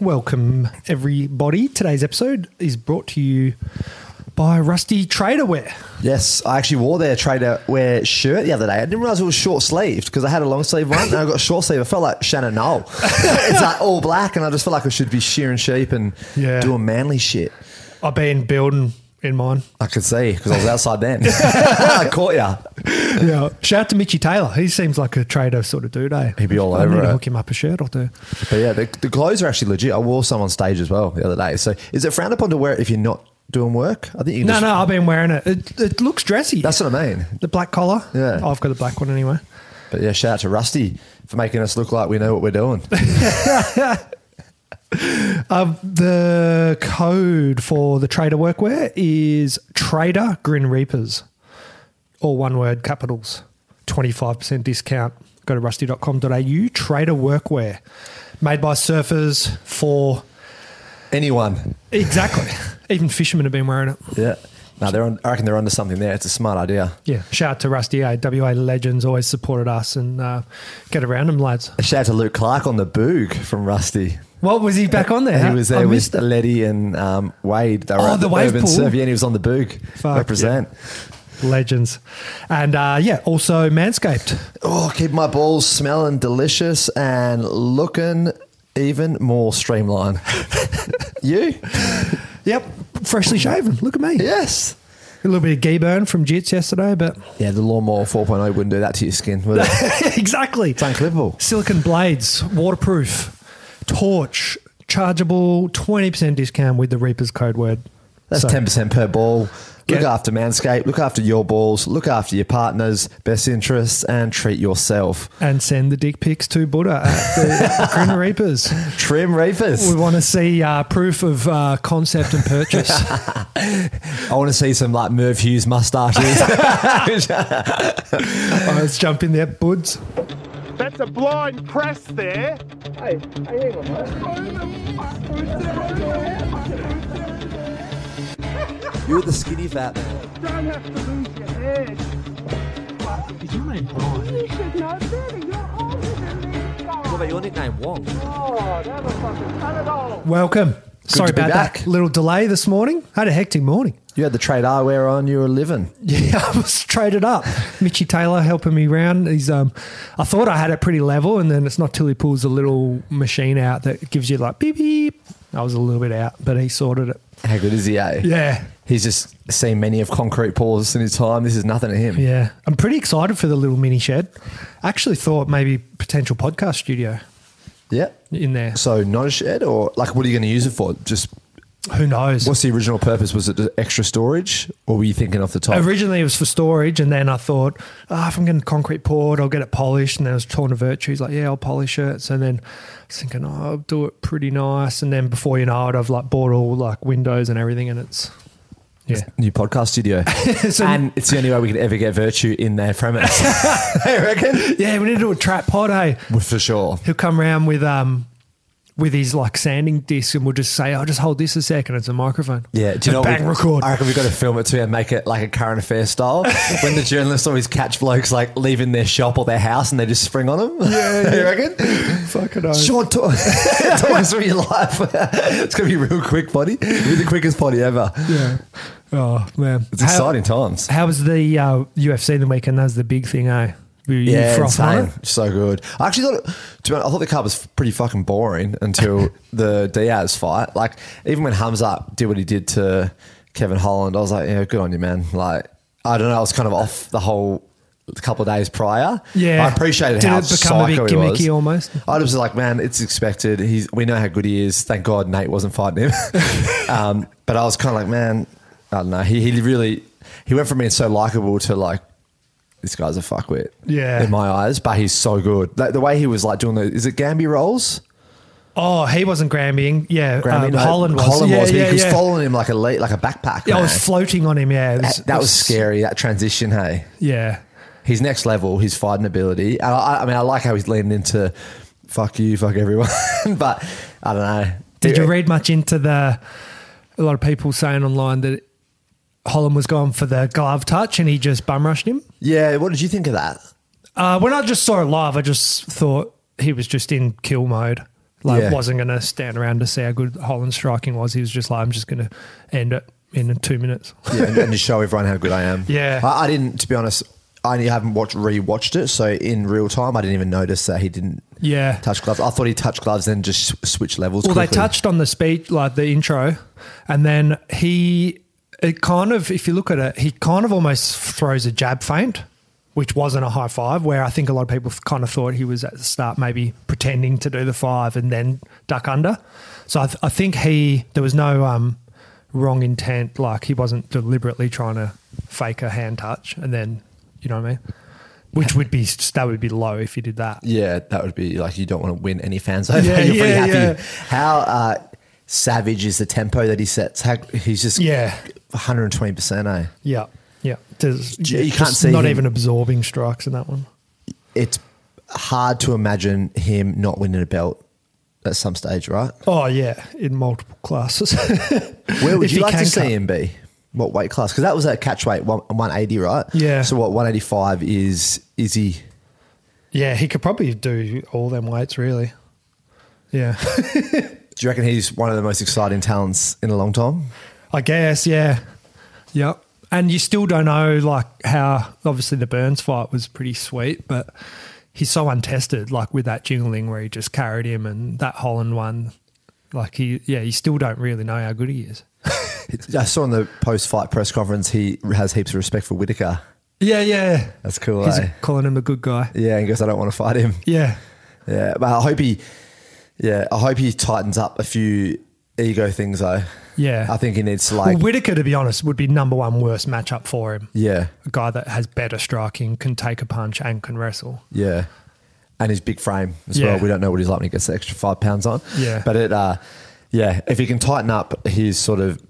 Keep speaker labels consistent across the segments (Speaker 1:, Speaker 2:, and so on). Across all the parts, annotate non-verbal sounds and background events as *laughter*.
Speaker 1: Welcome, everybody. Today's episode is brought to you by Rusty Traderwear.
Speaker 2: Yes, I actually wore their trader wear shirt the other day. I didn't realize it was short sleeved because I had a long sleeve one and I got a short sleeve. I felt like
Speaker 1: *laughs*
Speaker 2: Shannon Knoll. it's like all black, and I just felt like I should be shearing sheep and
Speaker 1: Yeah.
Speaker 2: doing manly shit.
Speaker 1: I've been building in mine.
Speaker 2: I could see because I was outside then. *laughs* I caught ya.
Speaker 1: Yeah. Shout out to Mitchy Taylor. He seems like a trader sort of dude, eh?
Speaker 2: He'd be all
Speaker 1: I
Speaker 2: over
Speaker 1: need to
Speaker 2: it.
Speaker 1: hook him up a shirt or two.
Speaker 2: But yeah, the, the clothes are actually legit. I wore some on stage as well the other day. So is it frowned upon to wear it if you're not doing work? I think you can
Speaker 1: No,
Speaker 2: just,
Speaker 1: no, I've been wearing it. It, it looks dressy.
Speaker 2: That's what I mean.
Speaker 1: the black collar. Oh,
Speaker 2: Yeah.
Speaker 1: I've got the black one anyway.
Speaker 2: But yeah, shout out to Rusty for making us look like we know what
Speaker 1: *laughs*
Speaker 2: we're doing.
Speaker 1: The code for the trader workwear is Trader Grin Reapers. All one word, capitals. 25% discount. Go to rusty.com.au. Trader workwear. Made by surfers for.
Speaker 2: Anyone. *laughs*
Speaker 1: Exactly. Even fishermen have been wearing it.
Speaker 2: Yeah. No, they're on, I reckon they're onto something there. It's a smart idea.
Speaker 1: Yeah. Shout out to Rusty eh? A. WA Legends always supported us and uh, get around them, lads.
Speaker 2: A shout out to Luke Clark on the boog from Rusty.
Speaker 1: What was he back on there?
Speaker 2: He was
Speaker 1: I
Speaker 2: there
Speaker 1: missed
Speaker 2: with
Speaker 1: it.
Speaker 2: Letty and um, Wade. They were
Speaker 1: Oh,
Speaker 2: at
Speaker 1: the wave
Speaker 2: Urban
Speaker 1: pool.
Speaker 2: Surf. Yeah, and he was on the boog.
Speaker 1: Fuck,
Speaker 2: Represent.
Speaker 1: Legends. And uh, yeah, also Manscaped.
Speaker 2: Oh, keep my balls smelling delicious and looking even more streamlined. *laughs* you?
Speaker 1: Yep. Freshly shaven. Look at me.
Speaker 2: Yes.
Speaker 1: A little bit of gee burn from Jits yesterday, but *laughs*
Speaker 2: Yeah, the lawnmower 4.0 wouldn't do that to your skin, would it? it's
Speaker 1: exactly.
Speaker 2: unclippable.
Speaker 1: Silicon blades, waterproof, torch, chargeable, 20% discount with the Reaper's code word.
Speaker 2: That's
Speaker 1: So,
Speaker 2: ten percent per ball. Look
Speaker 1: Yeah.
Speaker 2: after Manscaped. Look after your balls. Look after your partner's best interests, and treat yourself.
Speaker 1: And send the dick pics to Buddha at
Speaker 2: *laughs*
Speaker 1: the Grin Reapers.
Speaker 2: Trim
Speaker 1: We
Speaker 2: reefers.
Speaker 1: want to see uh, proof of uh, concept and
Speaker 2: *laughs*
Speaker 1: purchase. Oh,
Speaker 2: I want to see some like Merv
Speaker 1: *laughs*
Speaker 2: Hughes mustaches.
Speaker 1: Oh, let's jump in there, buds.
Speaker 3: That's a blind press there.
Speaker 2: You're the skinny fat man.
Speaker 3: Don't have to lose your head. You should know better. You're older than me.
Speaker 2: What about your nickname, Wong?
Speaker 3: God, have a fucking fun at all.
Speaker 1: Welcome. Sorry
Speaker 2: to be
Speaker 1: about that
Speaker 2: back.
Speaker 1: little delay this morning. Had a hectic morning.
Speaker 2: You had the trade eyewear on. You were living.
Speaker 1: Yeah, *laughs* I was traded up. Mitchy Taylor helping me round. He's um, I thought I had it pretty level, and then it's not till he pulls a little machine out that gives you like beep beep. I was a little bit out, but he sorted it.
Speaker 2: How good is he? Eh?
Speaker 1: Yeah,
Speaker 2: He's just seen many of concrete pours in his time. This is nothing to him.
Speaker 1: yeah. I'm pretty excited for the little mini shed. I actually thought maybe potential podcast studio
Speaker 2: Yep.
Speaker 1: in there.
Speaker 2: So not a shed, or like, what are you going to use it for? Just
Speaker 1: Who knows?
Speaker 2: what's the original purpose? Was it just extra storage, or were you thinking off the top?
Speaker 1: Originally, it was for storage, and then I thought, ah, if I'm getting concrete poured, I'll get it polished. And then I was talking to Virtue, he's like, yeah, I'll polish it. So then I was thinking, oh, I'll do it pretty nice. And then before you know it, I've like bought all like windows and everything, and it's yeah,
Speaker 2: New podcast studio.
Speaker 1: *laughs* So-
Speaker 2: and it's the only way we could ever get virtue in their premise.
Speaker 1: *laughs*
Speaker 2: I reckon.
Speaker 1: yeah. We need to do a trap pod, hey.
Speaker 2: Well, For sure.
Speaker 1: He'll come round with um. With his like sanding disc, and we'll just say, "I'll just hold this a second. It's a microphone."
Speaker 2: Yeah, do you know
Speaker 1: And
Speaker 2: what
Speaker 1: bang
Speaker 2: we,
Speaker 1: record?
Speaker 2: *laughs* I reckon we've got to film it too and make it like a current
Speaker 1: *laughs*
Speaker 2: affair style. when the journalists always catch blokes like leaving their shop or their house and they just spring on them. Yeah, you reckon?
Speaker 1: *laughs* Fucking
Speaker 2: *laughs*
Speaker 1: oath.
Speaker 2: Short talk. talk us through your life. *laughs* it's gonna be real quick, buddy. It'll be the quickest potty ever.
Speaker 1: Yeah. Oh man,
Speaker 2: It's exciting times.
Speaker 1: How was the uh, UFC the weekend? That was the big thing, eh? Were you
Speaker 2: Yeah,
Speaker 1: from
Speaker 2: insane.
Speaker 1: home?
Speaker 2: So good. I actually thought, to be honest, I thought the card was pretty fucking boring
Speaker 1: *laughs*
Speaker 2: until the Diaz fight. Like, even when Hamza did what he did to Kevin Holland, I was like, yeah, good on you, man. Like, I don't know. I was kind of off the whole couple of days prior.
Speaker 1: Yeah.
Speaker 2: I appreciated
Speaker 1: Did
Speaker 2: how
Speaker 1: it become a bit
Speaker 2: psycho he was.
Speaker 1: gimmicky almost?
Speaker 2: I was like, man, it's expected. He's, we know how good he is. Thank God Nate wasn't
Speaker 1: *laughs*
Speaker 2: fighting him. um, but I was kind of like, man, I don't know. He, he really, he went from being so likable to like, this guy's a fuckwit.
Speaker 1: Yeah.
Speaker 2: In my eyes, but he's so good. Like, the way he was like doing the, is it Gambi rolls?
Speaker 1: Oh, he wasn't Grammying. Yeah,
Speaker 2: Grammy?
Speaker 1: um,
Speaker 2: No,
Speaker 1: Holland was.
Speaker 2: Holland
Speaker 1: yeah,
Speaker 2: was, but
Speaker 1: yeah,
Speaker 2: he was
Speaker 1: yeah.
Speaker 2: following him like a, le- like a backpack.
Speaker 1: Yeah, I
Speaker 2: man.
Speaker 1: was floating on him. Yeah, it
Speaker 2: that, that was scary, that transition, hey?
Speaker 1: Yeah,
Speaker 2: his next level, his fighting ability. And I, I mean, I like how he's leaning into fuck you, fuck everyone. *laughs* but I don't know.
Speaker 1: Did you read much into the? A lot of people saying online that Holland was going for the glove touch and he just bum rushed him.
Speaker 2: Yeah. What did you think of that?
Speaker 1: Uh, when I just saw it live, I just thought he was just in kill mode. Like,
Speaker 2: Yeah.
Speaker 1: wasn't going to stand around to see how good Holland's striking was. He was just like, I'm just going to end it in two minutes. *laughs*
Speaker 2: Yeah, and, and just show everyone how good I am.
Speaker 1: Yeah.
Speaker 2: I, I didn't, to be honest. I haven't watched rewatched it, so in real time, I didn't even notice that he didn't
Speaker 1: Yeah.
Speaker 2: touch gloves. I thought he touched gloves and just sw- switched levels.
Speaker 1: Well,
Speaker 2: quickly.
Speaker 1: they touched on the speech, like the intro, and then he, it kind of, if you look at it, he kind of almost throws a jab feint, which wasn't a high five, where I think a lot of people kind of thought he was at the start maybe pretending to do the five and then duck under. So I, th- I think he, there was no um, wrong intent, like he wasn't deliberately trying to fake a hand touch and then, you know what I mean? Which would be, that would be low if you did that.
Speaker 2: Yeah, that would be like you don't want to win any fans over.
Speaker 1: Yeah,
Speaker 2: *laughs* You're
Speaker 1: yeah,
Speaker 2: pretty happy.
Speaker 1: yeah.
Speaker 2: How uh, savage is the tempo that he sets? How, he's just
Speaker 1: Yeah.
Speaker 2: 120%. Eh?
Speaker 1: Yeah, yeah. There's,
Speaker 2: You
Speaker 1: yeah,
Speaker 2: can't
Speaker 1: just
Speaker 2: see
Speaker 1: not
Speaker 2: him.
Speaker 1: even absorbing strikes in that one.
Speaker 2: It's hard to imagine him not winning a belt at some stage, right?
Speaker 1: Oh yeah, in multiple classes.
Speaker 2: *laughs* Where would
Speaker 1: If
Speaker 2: you
Speaker 1: he
Speaker 2: like to
Speaker 1: can
Speaker 2: see
Speaker 1: cut.
Speaker 2: him be? What weight class? Because that was at catch weight one- 180, right?
Speaker 1: Yeah.
Speaker 2: So what 185 is is he?
Speaker 1: yeah, he could probably do all them weights really. Yeah, *laughs*
Speaker 2: Do you reckon he's one of the most exciting talents in a long time?
Speaker 1: I guess. Yeah, yep. And you still don't know like how. Obviously, the Burns fight was pretty sweet, but he's so untested. Like with that jingling where he just carried him, and that Holland one. Like he, yeah, you still don't really know how good he is.
Speaker 2: I saw in the post fight press conference he has heaps of respect for Whitaker.
Speaker 1: Yeah, yeah.
Speaker 2: That's cool,
Speaker 1: He's
Speaker 2: eh?
Speaker 1: calling him a good guy.
Speaker 2: Yeah, and goes, I don't want to fight him.
Speaker 1: Yeah.
Speaker 2: Yeah, but I hope he, yeah, I hope he tightens up a few ego things though.
Speaker 1: Yeah.
Speaker 2: I think he needs to like,
Speaker 1: well, Whitaker, to be honest, would be number one worst matchup for him.
Speaker 2: yeah,
Speaker 1: A guy that has better striking, can take a punch, and can wrestle.
Speaker 2: yeah, and his big frame as
Speaker 1: Yeah.
Speaker 2: well. We don't know what he's like when he gets the extra five pounds on.
Speaker 1: Yeah.
Speaker 2: but it, uh, yeah, if he can tighten up his sort of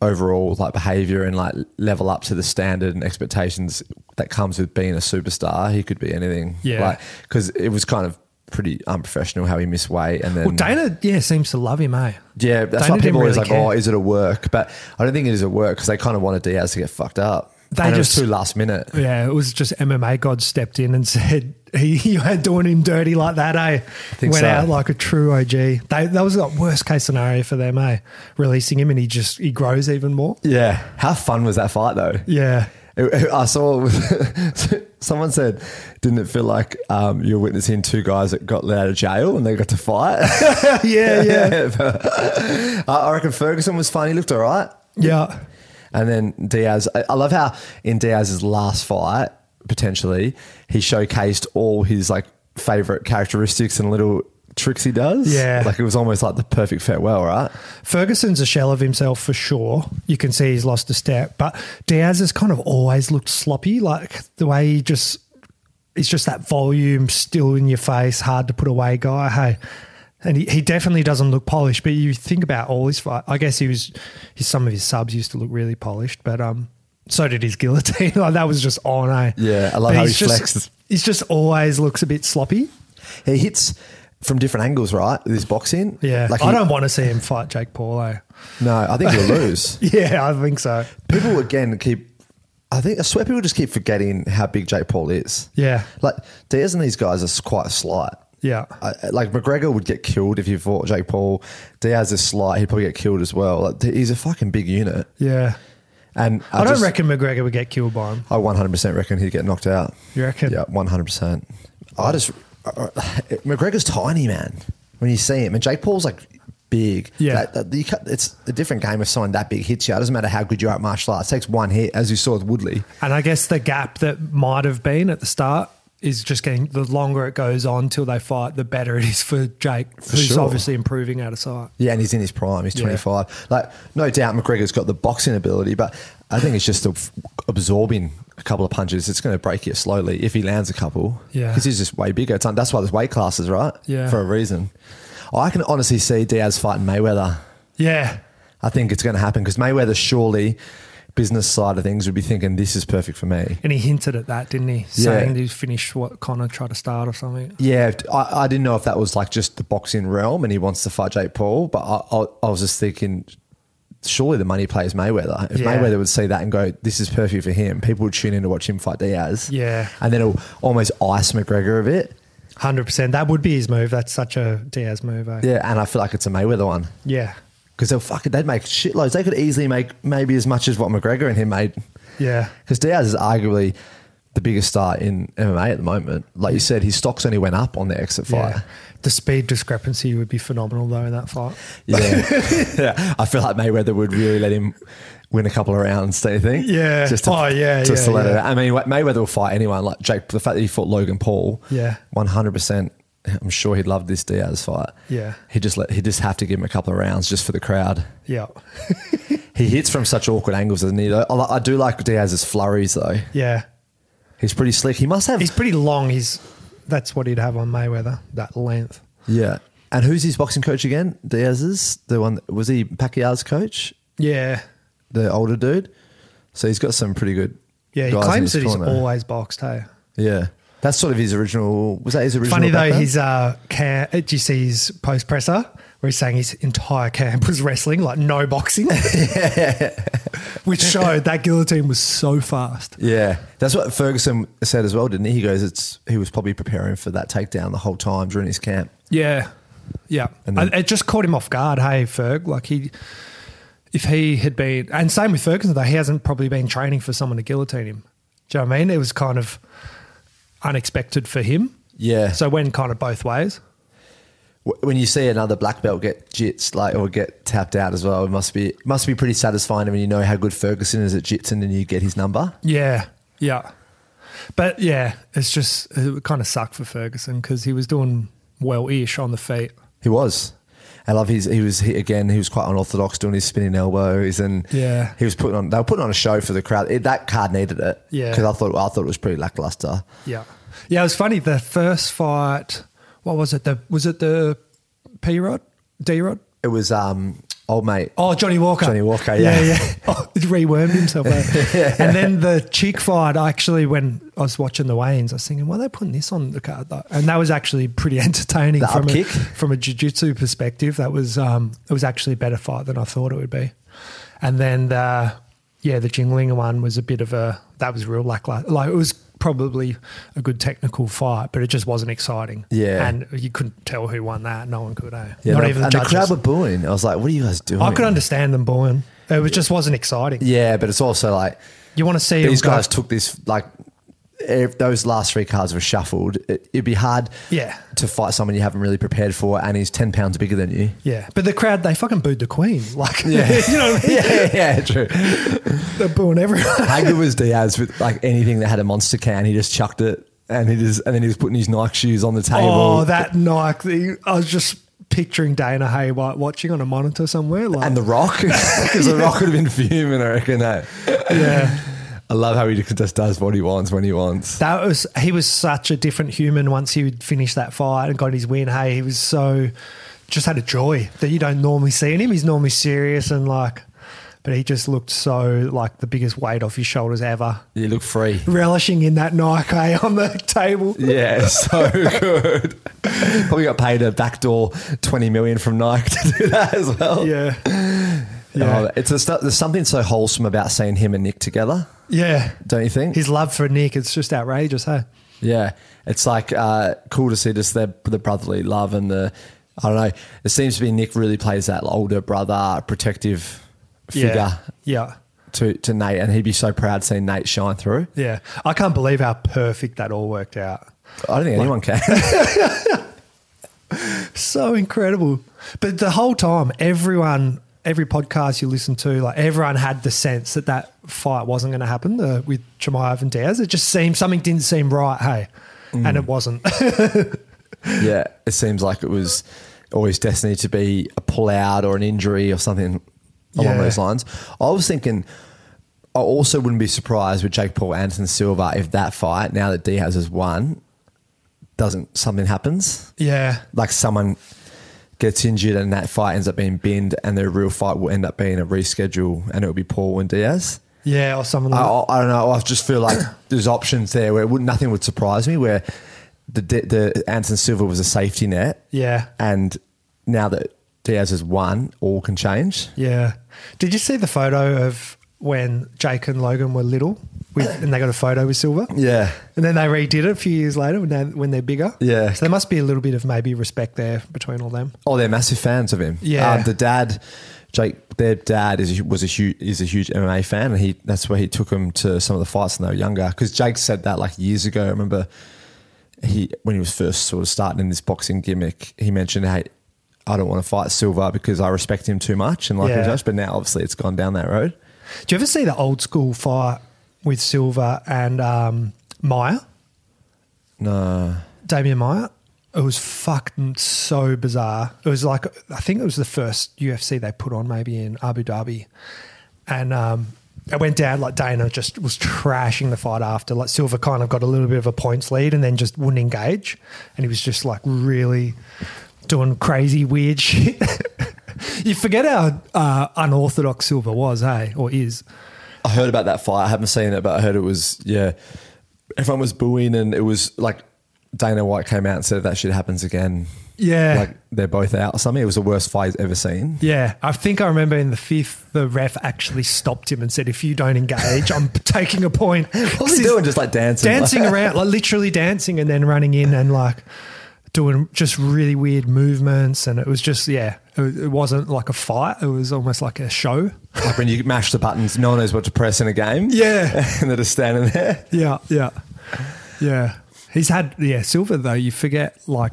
Speaker 2: overall like behavior and like level up to the standard and expectations that comes with being a superstar, he could be anything.
Speaker 1: Yeah.
Speaker 2: like because it was kind of pretty unprofessional how he missed weight and then
Speaker 1: Well, Dana, yeah, seems to love him, eh?
Speaker 2: Yeah, that's
Speaker 1: Dana
Speaker 2: why people
Speaker 1: didn't
Speaker 2: always
Speaker 1: really
Speaker 2: like,
Speaker 1: care.
Speaker 2: oh, is it a work? But I don't think it is a work because they kind of wanted Diaz to get fucked up.
Speaker 1: They
Speaker 2: and
Speaker 1: just-
Speaker 2: it was too last minute.
Speaker 1: Yeah, it was just MMA God stepped in and *laughs* said he you had doing him dirty like that, eh?
Speaker 2: think
Speaker 1: Went
Speaker 2: so.
Speaker 1: out like a true OG. They, that was like worst case scenario for them, eh? Releasing him and he just he grows even more.
Speaker 2: Yeah. How fun was that fight though?
Speaker 1: Yeah.
Speaker 2: It- it- *laughs* I saw someone said, didn't it feel like um, you're witnessing two guys that got let out of jail and they got to fight?
Speaker 1: *laughs*
Speaker 2: *laughs*
Speaker 1: Yeah, yeah.
Speaker 2: I I reckon Ferguson was fun. He looked all right.
Speaker 1: yeah.
Speaker 2: And then Diaz, I, I love how in Diaz's last fight, potentially, he showcased all his like favorite characteristics and little tricks he does.
Speaker 1: Yeah.
Speaker 2: Like it was almost like the perfect farewell, right?
Speaker 1: Ferguson's a shell of himself for sure. You can see he's lost a step, but Diaz has kind of always looked sloppy. Like the way he just, it's just that volume still in your face, hard to put away guy. Hey, and he, he definitely doesn't look polished. But you think about all his fight. I guess he was, his some of his subs used to look really polished, but um, so did his guillotine. *laughs* like that was just on. Eh?
Speaker 2: Yeah, I love how
Speaker 1: he's
Speaker 2: he
Speaker 1: just,
Speaker 2: flexes.
Speaker 1: He's just always looks a bit sloppy.
Speaker 2: He hits from different angles, right? With his boxing.
Speaker 1: Yeah,
Speaker 2: Like
Speaker 1: I
Speaker 2: he-
Speaker 1: don't want to see him fight Jake Paul. Eh? *laughs*
Speaker 2: No, I think he'll lose.
Speaker 1: Yeah, I think so.
Speaker 2: people again keep. I think I swear people just keep forgetting how big Jake Paul is.
Speaker 1: Yeah.
Speaker 2: Like Diaz and these guys are s- quite slight.
Speaker 1: Yeah.
Speaker 2: I, like McGregor would get killed if he fought Jake Paul. Diaz is slight; he'd probably get killed as well. Like, he's a fucking big unit.
Speaker 1: Yeah.
Speaker 2: And
Speaker 1: I, don't
Speaker 2: just-
Speaker 1: reckon McGregor would get killed by him.
Speaker 2: I 100% reckon he'd get knocked out.
Speaker 1: You reckon?
Speaker 2: Yeah, 100%. I just. I- I- McGregor's tiny, man, when you see him. And Jake Paul's like big.
Speaker 1: Yeah.
Speaker 2: That- that- you can't- it's a different game if someone that big hits you. It doesn't matter how good you are at martial arts. It takes one hit, as you saw with Woodley.
Speaker 1: And I guess the gap that might have been at the start is just getting the longer it goes on till they fight, the better it is for Jake, who's
Speaker 2: sure.
Speaker 1: obviously improving out of sight.
Speaker 2: Yeah, and he's in his prime. He's
Speaker 1: Yeah.
Speaker 2: 25. Like, no doubt McGregor's got the boxing ability, but I think it's just ab- absorbing a couple of punches. It's going to break you slowly if he lands a couple.
Speaker 1: Yeah.
Speaker 2: Because he's just way bigger. It's, like- that's why there's weight classes, right?
Speaker 1: Yeah.
Speaker 2: For a reason. I can honestly see Diaz fighting Mayweather.
Speaker 1: Yeah.
Speaker 2: I think it's going to happen because Mayweather surely business side of things would be thinking this is perfect for me.
Speaker 1: And he hinted at that, didn't he?
Speaker 2: Yeah.
Speaker 1: Saying he finished what Connor tried to start or something.
Speaker 2: Yeah, I, I didn't know if that was like just the boxing realm and he wants to fight Jake Paul, but I, I, I was just thinking, surely the money plays Mayweather. If
Speaker 1: Yeah.
Speaker 2: Mayweather would see that and go, this is perfect for him, people would tune in to watch him fight Diaz.
Speaker 1: Yeah.
Speaker 2: And then it'll almost ice McGregor a bit.
Speaker 1: 100%. That would be his move. That's such a Diaz move. Eh?
Speaker 2: Yeah, and I feel like it's a Mayweather one
Speaker 1: Yeah.
Speaker 2: because they'll fucking, they'd make shitloads. They could easily make maybe as much as what McGregor and him made.
Speaker 1: Yeah.
Speaker 2: Because Diaz is arguably the biggest star in MMA at the moment. Like you said, his stocks only went up on the exit
Speaker 1: Yeah.
Speaker 2: fire.
Speaker 1: The speed discrepancy would be phenomenal, though, in that fight.
Speaker 2: Yeah.
Speaker 1: *laughs*
Speaker 2: yeah. I feel like Mayweather would really let him win a couple of rounds, don't you think?
Speaker 1: Yeah.
Speaker 2: Just to,
Speaker 1: Oh, yeah,
Speaker 2: Just
Speaker 1: yeah,
Speaker 2: to let
Speaker 1: yeah.
Speaker 2: it I mean, Mayweather will fight anyone. Like Jake, the fact that he fought Logan Paul.
Speaker 1: Yeah.
Speaker 2: 100%. I'm sure he'd love this Diaz fight.
Speaker 1: Yeah.
Speaker 2: He just let, he just have to give him a couple of rounds just for the crowd.
Speaker 1: Yeah.
Speaker 2: He hits from such awkward angles, doesn't he? Though? I, li- I do like Diaz's flurries, though.
Speaker 1: *laughs* Yeah.
Speaker 2: He's pretty slick. He must have.
Speaker 1: He's pretty long. He's That's what he'd have on Mayweather, that length.
Speaker 2: Yeah. And who's his boxing coach again? Diaz's? The one was he Pacquiao's coach?
Speaker 1: Yeah.
Speaker 2: The older dude? So he's got some pretty good
Speaker 1: Yeah. He
Speaker 2: guys in
Speaker 1: claims
Speaker 2: his
Speaker 1: that he's
Speaker 2: corner.
Speaker 1: always boxed, hey?
Speaker 2: Yeah. That's sort of his original was that his original
Speaker 1: Funny though,
Speaker 2: background?
Speaker 1: his uh, cam, uh, do you see his post presser where he's saying his entire camp was wrestling, like no
Speaker 2: *laughs*
Speaker 1: boxing, which showed that guillotine was so fast.
Speaker 2: Yeah. That's what Ferguson said as well, didn't he? He goes, It's he was probably preparing for that takedown the whole time during his camp.
Speaker 1: Yeah, yeah.
Speaker 2: And then-
Speaker 1: I- it just caught him off guard. Hey, Ferg, like he, if he had been, and same with Ferguson though, he hasn't probably been training for someone to guillotine him. Do you know what I mean? It was kind of unexpected for him.
Speaker 2: Yeah.
Speaker 1: So it went kind of both ways.
Speaker 2: W- when you see another black belt get jits like or get tapped out as well, it must be must be pretty satisfying when you know how good Ferguson is at jits and then you get his number.
Speaker 1: Yeah, yeah. But yeah, it's just it kind of sucked for Ferguson because he was doing well-ish on the feet.
Speaker 2: He was. I love his. He was he, again. He was quite unorthodox doing his spinning elbows, and
Speaker 1: Yeah.
Speaker 2: he was putting on. They were putting on a show for the crowd. It, that card needed it.
Speaker 1: Yeah.
Speaker 2: because I thought I thought it was pretty lackluster.
Speaker 1: Yeah, yeah. It was funny. The first fight, what was it? The was it the P Rod, D Rod?
Speaker 2: It was um old mate.
Speaker 1: Oh, Johnny Walker.
Speaker 2: Johnny Walker,
Speaker 1: yeah.
Speaker 2: yeah.
Speaker 1: *laughs* yeah. Oh, he rewormed himself.
Speaker 2: *laughs*
Speaker 1: eh? And then the chick fight. I actually, when I was watching the weigh-ins, I was thinking, why are they putting this on the card? Though? And that was actually pretty *laughs* entertaining
Speaker 2: The
Speaker 1: from a,
Speaker 2: upkick?
Speaker 1: from a jiu-jitsu perspective. That was um, it was actually a better fight than I thought it would be. And then the yeah, the Jingling one was a bit of a that was real lackluster. Like it was probably a good technical fight, but it just wasn't exciting.
Speaker 2: Yeah.
Speaker 1: and you couldn't tell who won that. No one could. Eh?
Speaker 2: Yeah,
Speaker 1: Not
Speaker 2: and
Speaker 1: even the
Speaker 2: and the
Speaker 1: judges.
Speaker 2: crowd were booing. I was like, "What are you guys doing?"
Speaker 1: I could understand them booing. It was, just wasn't exciting.
Speaker 2: Yeah, but it's also like
Speaker 1: You want to see
Speaker 2: these
Speaker 1: them go-
Speaker 2: guys took this like. If those last three cards were shuffled, it, it'd be hard
Speaker 1: Yeah.
Speaker 2: to fight someone you haven't really prepared for, and he's ten pounds bigger than you.
Speaker 1: Yeah, but the crowd they fucking booed the Queen. *laughs* Like, you know, what I mean?
Speaker 2: *laughs* yeah, yeah, true.
Speaker 1: they're booing *laughs* everyone.
Speaker 2: How good was Diaz with like anything that had a monster can? He just chucked it, and he just and then he was putting his Nike shoes on the table.
Speaker 1: Oh, that Nike! thing. I was just picturing Dana Haywhite watching on a monitor somewhere. Like,
Speaker 2: and the Rock *laughs* because the Rock would have been fuming. I reckon. eh?
Speaker 1: yeah,
Speaker 2: I love how he just does what he wants when he wants.
Speaker 1: that was he was such a different human once he finished that fight and got his win. Hey, he was so just had a joy that you don't normally see in him. He's normally serious and like, but he just looked so like the biggest weight off his shoulders ever.
Speaker 2: You look free.
Speaker 1: relishing in that Nike *laughs* on the table.
Speaker 2: Yeah, *laughs* so good. Probably got paid a backdoor twenty million from Nike to do that as well.
Speaker 1: Yeah.
Speaker 2: Oh,
Speaker 1: Yeah.
Speaker 2: it's a, stu- there's something so wholesome about seeing him and Nick together,
Speaker 1: yeah.
Speaker 2: don't you think?
Speaker 1: His love for Nick, it's just outrageous, huh?
Speaker 2: Yeah, it's like uh, cool to see just the the brotherly love and the I don't know. It seems to be Nick really plays that older brother protective figure.
Speaker 1: Yeah.
Speaker 2: to, to Nate, and he'd be so proud seeing Nate shine through.
Speaker 1: Yeah. I can't believe how perfect that all worked out.
Speaker 2: I don't think anyone can.
Speaker 1: So incredible. But the whole time, everyone, every podcast you listen to, like everyone had the sense that that fight wasn't going to happen the, with Chimaev and Diaz. It just seemed something didn't seem right, hey? And
Speaker 2: Mm.
Speaker 1: it wasn't.
Speaker 2: *laughs*
Speaker 1: *laughs*
Speaker 2: yeah, it seems like it was always destined to be a pullout or an injury or something along
Speaker 1: Yeah.
Speaker 2: those lines. I was thinking, I also wouldn't be surprised with Jake Paul, Anderson Silva, if that fight, now that Diaz has won, doesn't something happens
Speaker 1: yeah.
Speaker 2: like someone gets injured and that fight ends up being binned and their real fight will end up being a reschedule and it will be Paul and Diaz.
Speaker 1: Yeah. Or something like
Speaker 2: I,
Speaker 1: that.
Speaker 2: I, I don't know. I just feel like there's options there where it would, nothing would surprise me. Where the Di- the Anson Silva was a safety net,
Speaker 1: Yeah.
Speaker 2: and now that Diaz has won, all can change.
Speaker 1: Yeah. Did you see the photo of when Jake and Logan were little with, and they got a photo with Silver?
Speaker 2: Yeah,
Speaker 1: And then they redid it a few years later when, they, when they're bigger.
Speaker 2: Yeah.
Speaker 1: So there must be a little bit of maybe respect there between all them.
Speaker 2: oh, they're massive fans of him. Uh,
Speaker 1: Yeah.
Speaker 2: the dad, Jake, their dad is a hu- was a huge is a huge MMA fan, and he that's where he took him to some of the fights when they were younger. Because Jake said that like years ago. I remember he when he was first sort of starting in this boxing gimmick, he mentioned, "Hey, I don't want to fight Silva because I respect him too much and like him
Speaker 1: Yeah.
Speaker 2: too much." But now, obviously, it's gone down that road.
Speaker 1: Do you ever see the old school fight with Silver and um, Meyer?
Speaker 2: No,
Speaker 1: Damien Meyer? It was fucking so bizarre. It was like, I think it was the first UFC they put on maybe in Abu Dhabi. And um, it went down like Dana just was trashing the fight after. Like Silver kind of got a little bit of a points lead and then just wouldn't engage. And he was just like really doing crazy, weird *laughs* shit. you forget how uh, unorthodox Silver was, hey, or is.
Speaker 2: I heard about that fight. I haven't seen it, but I heard it was yeah. Everyone was booing, and it was like Dana White came out and said if that shit happens again.
Speaker 1: Yeah.
Speaker 2: like they're both out or something. It was the worst fight he's ever seen.
Speaker 1: Yeah, I think I remember in the fifth, the ref actually stopped him and said, "If you don't engage, I'm *laughs* taking a point."
Speaker 2: What's he doing? Just like dancing, *laughs*
Speaker 1: dancing around, like literally dancing, and then running in and like doing just really weird movements, and it was just yeah, it, was- it wasn't like a fight; it was almost like a show.
Speaker 2: Like when you mash the buttons, no one knows what to press in a game.
Speaker 1: Yeah.
Speaker 2: *laughs* and they're just standing
Speaker 1: *laughs*
Speaker 2: there.
Speaker 1: Yeah, yeah, yeah. He's had yeah silver though. You forget like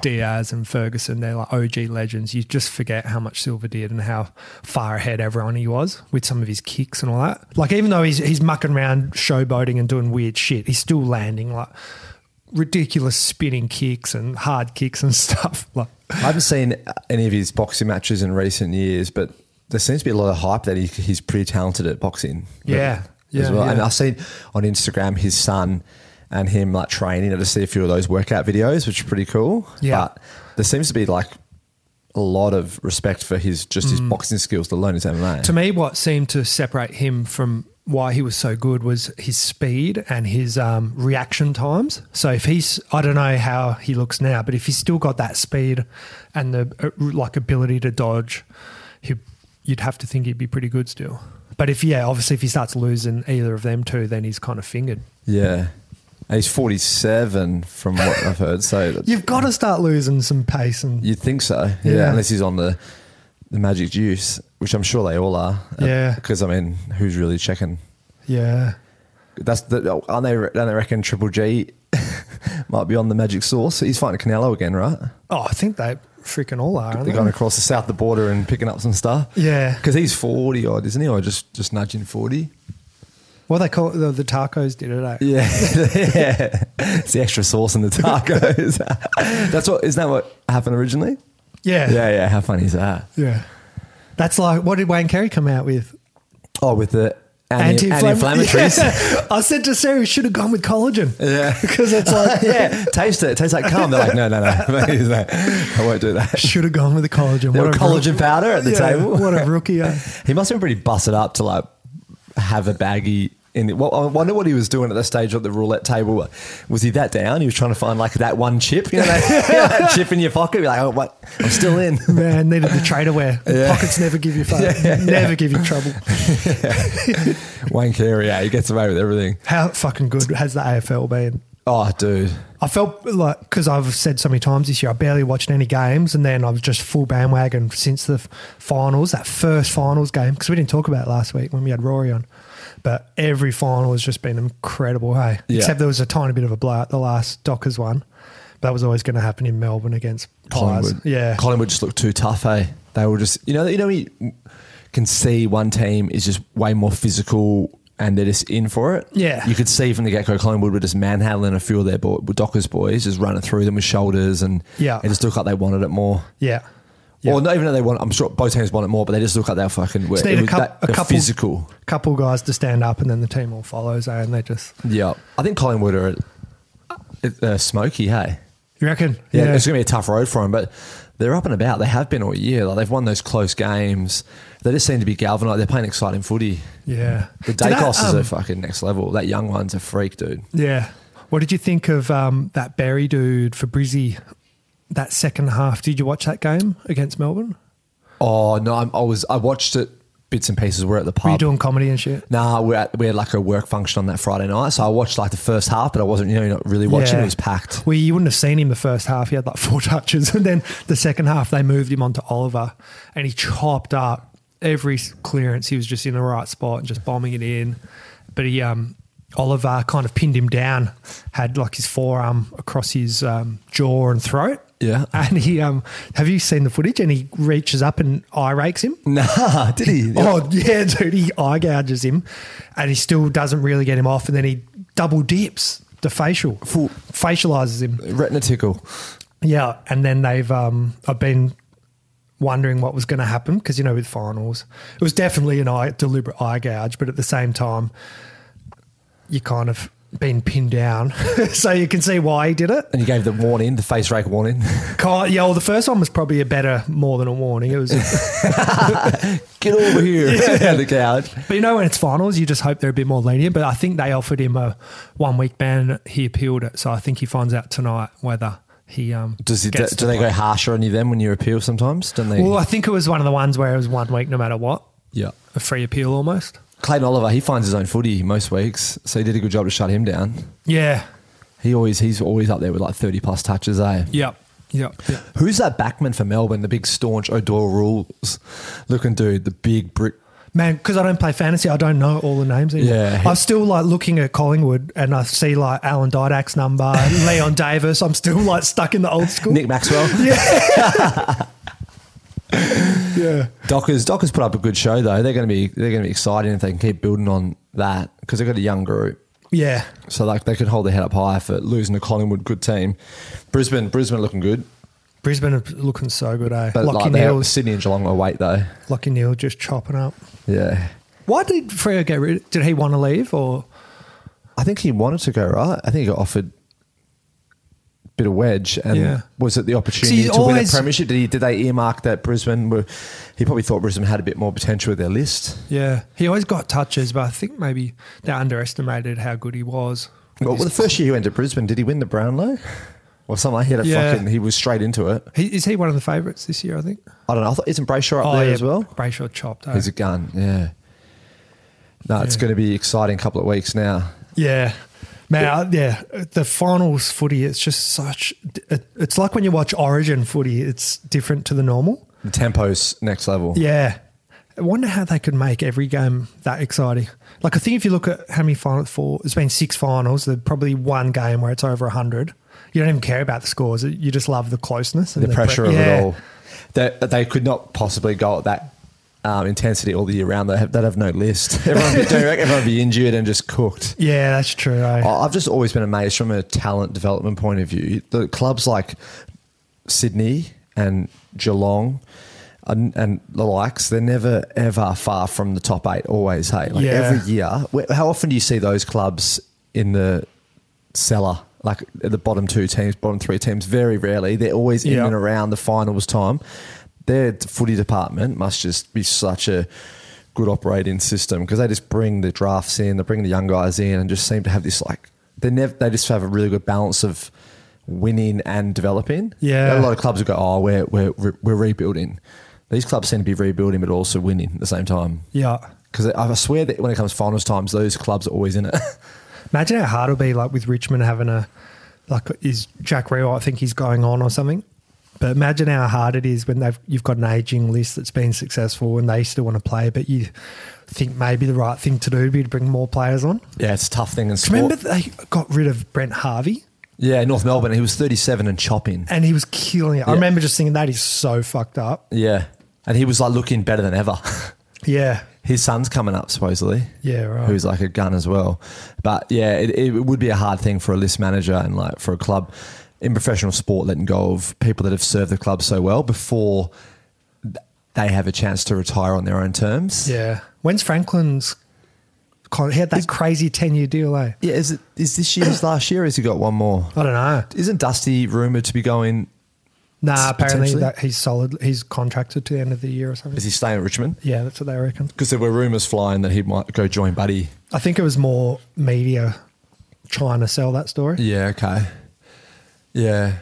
Speaker 1: Diaz and Ferguson. They're like OG legends. You just forget how much Silver did and how far ahead everyone he was with some of his kicks and all that. Like even though he's he's mucking around showboating and doing weird shit, he's still landing like ridiculous spinning kicks and hard kicks and *laughs* stuff. Like
Speaker 2: I haven't seen any of his boxing matches in recent years, but there seems to be a lot of hype that he, he's pretty talented at boxing.
Speaker 1: Yeah, yeah,
Speaker 2: as well. And
Speaker 1: yeah.
Speaker 2: I've seen on Instagram his son and him like training. I just see a few of those workout videos, which are pretty cool.
Speaker 1: Yeah.
Speaker 2: but there seems to be like a lot of respect for his just his boxing skills, let alone his MMA.
Speaker 1: Mm. to me, what seemed to separate him from why he was so good was his speed and his um, reaction times. So if he's, I don't know how he looks now, but if he's still got that speed and the uh, like ability to dodge, he, you'd have to think he'd be pretty good still. But if yeah, obviously if he starts losing either of them two, then he's kind of fingered.
Speaker 2: yeah, and he's forty seven from what I've
Speaker 1: *laughs*
Speaker 2: heard. So
Speaker 1: You've got to start losing some pace and
Speaker 2: You'd think so, yeah.
Speaker 1: Yeah.
Speaker 2: Unless he's on the the magic juice, which I'm sure they all are. Uh,
Speaker 1: Yeah.
Speaker 2: Because I mean, who's really checking?
Speaker 1: yeah,
Speaker 2: That's the oh, aren't they? Don't they reckon Triple G *laughs* might be on the magic sauce? He's fighting Canelo again, right?
Speaker 1: oh, I think they freaking all are. Aren't
Speaker 2: They're going
Speaker 1: they?
Speaker 2: across the south of the border and picking up some stuff.
Speaker 1: Yeah.
Speaker 2: Because he's forty odd, isn't he? Or just just nudging forty.
Speaker 1: What they call it, the, the tacos did it. Eh?
Speaker 2: Yeah, *laughs* yeah. It's the extra sauce in the tacos. *laughs* That's what isn't that what happened originally?
Speaker 1: Yeah.
Speaker 2: *laughs* Yeah, yeah. How funny is that?
Speaker 1: Yeah. That's like, what did Wayne Carey come out with?
Speaker 2: Oh, with the anti
Speaker 1: Anti-inflamm- *laughs*
Speaker 2: inflammatories.
Speaker 1: Yeah. I said to Sarah, you should have gone with collagen.
Speaker 2: *laughs* Yeah.
Speaker 1: *laughs* Because it's like,
Speaker 2: *laughs* yeah, taste it. It tastes like cum. They're like, no, no,
Speaker 1: *laughs*
Speaker 2: no. *laughs* He's like, I won't do that.
Speaker 1: should have gone with the collagen.
Speaker 2: There were
Speaker 1: What a
Speaker 2: collagen
Speaker 1: rook-
Speaker 2: powder at the
Speaker 1: Yeah,
Speaker 2: table.
Speaker 1: What a rookie. eh?
Speaker 2: *laughs* He must have been pretty busted up to like have a baggie. In it. Well, I wonder what he was doing at the stage at the roulette table. Was he that down? He was trying to find like that one chip, you
Speaker 1: *laughs*
Speaker 2: know, that, *laughs* that chip in your pocket. Be like, oh, what? I'm still in.
Speaker 1: *laughs* Man, needed the trader wear. Pockets never give you fun. never give you trouble.
Speaker 2: Wayne Carey, yeah, he gets away with everything.
Speaker 1: How fucking good has the AFL been?
Speaker 2: Oh, dude.
Speaker 1: I felt like because I've said so many times this year, I barely watched any games, and then I was just full bandwagon since the f- finals, that first finals game, because we didn't talk about it last week when we had Rory on. But every final has just been incredible, hey.
Speaker 2: Yeah.
Speaker 1: Except there was a tiny bit of a blowout, the last Dockers one. That was always going to happen in Melbourne against Pies.
Speaker 2: Collingwood.
Speaker 1: Yeah,
Speaker 2: Collingwood just looked too tough, eh? They were just you know you know we can see one team is just way more physical and they're just in for it.
Speaker 1: Yeah.
Speaker 2: You could see from the get go Collingwood were just manhandling a few of their boy, Dockers boys, just running through them with shoulders and
Speaker 1: Yeah.
Speaker 2: it just looked like they wanted it more.
Speaker 1: yeah, Yeah.
Speaker 2: Or not even that they want I'm sure both teams want it more, but they just look like they're fucking
Speaker 1: Just need
Speaker 2: it
Speaker 1: a,
Speaker 2: was
Speaker 1: coup-
Speaker 2: that-
Speaker 1: a
Speaker 2: they're
Speaker 1: couple
Speaker 2: physical.
Speaker 1: couple guys to stand up, and then the team all follows, eh, and they just
Speaker 2: Yeah. I think Collingwood are uh, smoky, hey?
Speaker 1: you reckon?
Speaker 2: Yeah, it's going to be a tough road for them, but they're up and about. They have been all year. Like they've won those close games. They just seem to be galvanised. They're playing exciting footy.
Speaker 1: yeah.
Speaker 2: The
Speaker 1: Did that,
Speaker 2: Dacos is
Speaker 1: um,
Speaker 2: a fucking next level. That young one's a freak, dude.
Speaker 1: Yeah. What did you think of um, that Barry dude for Brizzy that second half? Did you watch that game against Melbourne?
Speaker 2: Oh no, I'm, I was. I watched it bits and pieces. We're at the pub.
Speaker 1: Were you doing comedy and shit?
Speaker 2: Nah, we had, we had like a work function on that Friday night, so I watched like the first half, but I wasn't, you know, not really watching.
Speaker 1: Yeah.
Speaker 2: It was packed.
Speaker 1: Well, you wouldn't have seen him the first half. He had like four *laughs* touches. And then the second half, they moved him onto Oliver and he chopped up every s- clearance. He was just in the right spot and just bombing it in. But he, um, Oliver kind of pinned him down, had like his forearm across his um, jaw and throat.
Speaker 2: Yeah.
Speaker 1: And he, um, have you seen the footage? And he reaches up and eye rakes him.
Speaker 2: Nah, did he?
Speaker 1: Oh yeah, *laughs* dude, he eye gouges him, and he still doesn't really get him off, and then he double dips the facial,
Speaker 2: Full-
Speaker 1: facializes him.
Speaker 2: *laughs* Retina tickle.
Speaker 1: Yeah, and then they've um, I've been wondering what was going to happen because you know with finals, it was definitely an eye deliberate eye gouge, but at the same time, you kind of been pinned down, *laughs* so you can see why he did it.
Speaker 2: And you gave the warning, the face rake warning. *laughs*
Speaker 1: Ki- Yeah, well, the first one was probably a better more than a warning. It was.
Speaker 2: Get over
Speaker 1: *laughs*
Speaker 2: here. yeah, *laughs* the couch.
Speaker 1: But you know, when it's finals, you just hope they're a bit more lenient. But I think they offered him a one week ban. He appealed it, so I think he finds out tonight whether he um
Speaker 2: Does it, do,
Speaker 1: gets to
Speaker 2: they
Speaker 1: play.
Speaker 2: go harsher on you then when you appeal sometimes? Don't they?
Speaker 1: Well, I think it was one of the ones where it was one week, no matter what,
Speaker 2: yeah.
Speaker 1: a free appeal almost.
Speaker 2: Clayton Oliver, he finds his own footy most weeks, so he did a good job to shut him down.
Speaker 1: Yeah,
Speaker 2: He always he's always up there with like thirty plus touches, eh?
Speaker 1: yep, yep. yep.
Speaker 2: Who's that backman for Melbourne? The big staunch O'Doyle rules looking dude, the big brick.
Speaker 1: Man, because I don't play fantasy, I don't know all the names anymore.
Speaker 2: Yeah.
Speaker 1: I'm still like looking at Collingwood, and I see like Alan Didak's
Speaker 2: *laughs*
Speaker 1: number, Leon Davis. I'm still like stuck in the old school.
Speaker 2: Nick Maxwell.
Speaker 1: yeah.
Speaker 2: Dockers Dockers put up a good show though. They're going to be they're going to be exciting if they can keep building on that because they've got a young group.
Speaker 1: Yeah.
Speaker 2: So like they could hold their head up high for losing to Collingwood, good team. Brisbane Brisbane looking good,
Speaker 1: Brisbane are looking so good, eh?
Speaker 2: but
Speaker 1: Lockie
Speaker 2: like they
Speaker 1: Neal,
Speaker 2: have Sydney and Geelong await though.
Speaker 1: Lockie Neal just chopping up.
Speaker 2: Yeah.
Speaker 1: Why did Freo get rid? Did he want to leave or?
Speaker 2: I think he wanted to go, right? I think he got offered a bit of wedge and
Speaker 1: Yeah.
Speaker 2: was it the
Speaker 1: See,
Speaker 2: opportunity to win a
Speaker 1: always-
Speaker 2: premiership? Did he did they earmark that Brisbane were he probably thought Brisbane had a bit more potential with their list.
Speaker 1: Yeah, he always got touches, but I think maybe they underestimated how good he was.
Speaker 2: Well, well, the first year he went to Brisbane, did he win the Brownlow? Or something like he had a
Speaker 1: Yeah.
Speaker 2: fucking he was straight into it.
Speaker 1: He, is he one of the favourites this year? I think.
Speaker 2: I don't know. I thought isn't Brayshaw up
Speaker 1: Oh,
Speaker 2: there as well?
Speaker 1: Brayshaw chopped. eh?
Speaker 2: He's a gun, yeah. No, it's gonna be exciting couple of weeks now.
Speaker 1: yeah, man. I- Yeah. the finals footy. It's just such. it- It's like when you watch Origin footy. It's different to the normal.
Speaker 2: The tempo's next level.
Speaker 1: Yeah. I wonder how they could make every game that exciting. Like, I think if you look at how many finals, four, it's been six finals, there's probably one game where it's over 100. You don't even care about the scores. You just love the closeness and
Speaker 2: the pressure
Speaker 1: pre-
Speaker 2: of
Speaker 1: Yeah.
Speaker 2: it all. They, they could not possibly go at that um, intensity all the year round. They have, they'd have no list. *laughs* Everyone would be, everyone would be injured and just cooked.
Speaker 1: Yeah, that's true. eh?
Speaker 2: I- I've just always been amazed from a talent development point of view. The clubs like Sydney and Geelong and, and the likes, they're never ever far from the top eight. Always, hey, like
Speaker 1: Yeah.
Speaker 2: every year. Wh- How often do you see those clubs in the cellar? Like the bottom two teams, bottom three teams, very rarely. They're always in
Speaker 1: Yeah.
Speaker 2: and around the finals time. Their footy department must just be such a good operating system because they just bring the drafts in, they bring the young guys in, and just seem to have this like they never they just have a really good balance of winning and developing.
Speaker 1: Yeah.
Speaker 2: a lot of clubs will go, oh, we're we're we're rebuilding. These clubs seem to be rebuilding but also winning at the same time.
Speaker 1: yeah.
Speaker 2: Because I I swear that when it *laughs* comes to finals times, those clubs are always in it.
Speaker 1: Imagine how hard it'll be like with Richmond having a like is Jack Rewell, I think he's going on or something. But imagine how hard it is when they've you've got an aging list that's been successful and they still want to play, but you think maybe the right thing to do would be to bring more players on.
Speaker 2: Yeah, it's a tough thing in sport.
Speaker 1: Remember they got rid of Brent Harvey
Speaker 2: yeah, North Melbourne. He was 37 and chopping.
Speaker 1: and he was killing it. I
Speaker 2: Yeah.
Speaker 1: remember just thinking that is so fucked up.
Speaker 2: Yeah, and he was like looking better than ever. *laughs*
Speaker 1: Yeah.
Speaker 2: His son's coming up supposedly.
Speaker 1: Yeah, right.
Speaker 2: Who's like a gun as well, but yeah, it, it would be a hard thing for a list manager and like for a club in professional sport letting go of people that have served the club so well before th- they have a chance to retire on their own terms.
Speaker 1: Yeah. When's Franklin's con- he had that crazy ten year deal, eh?
Speaker 2: Yeah, is it is this year his last year? Or has he got one more?
Speaker 1: I don't know.
Speaker 2: Isn't Dusty rumored to be going?
Speaker 1: Nah, apparently
Speaker 2: Potentially.
Speaker 1: that he's solid. He's contracted to the end of the year or something.
Speaker 2: Is he staying at Richmond?
Speaker 1: yeah, that's what they reckon.
Speaker 2: Because there were rumors flying that he might go join Buddy.
Speaker 1: I think it was more media trying to sell that story.
Speaker 2: Yeah. Okay. Yeah,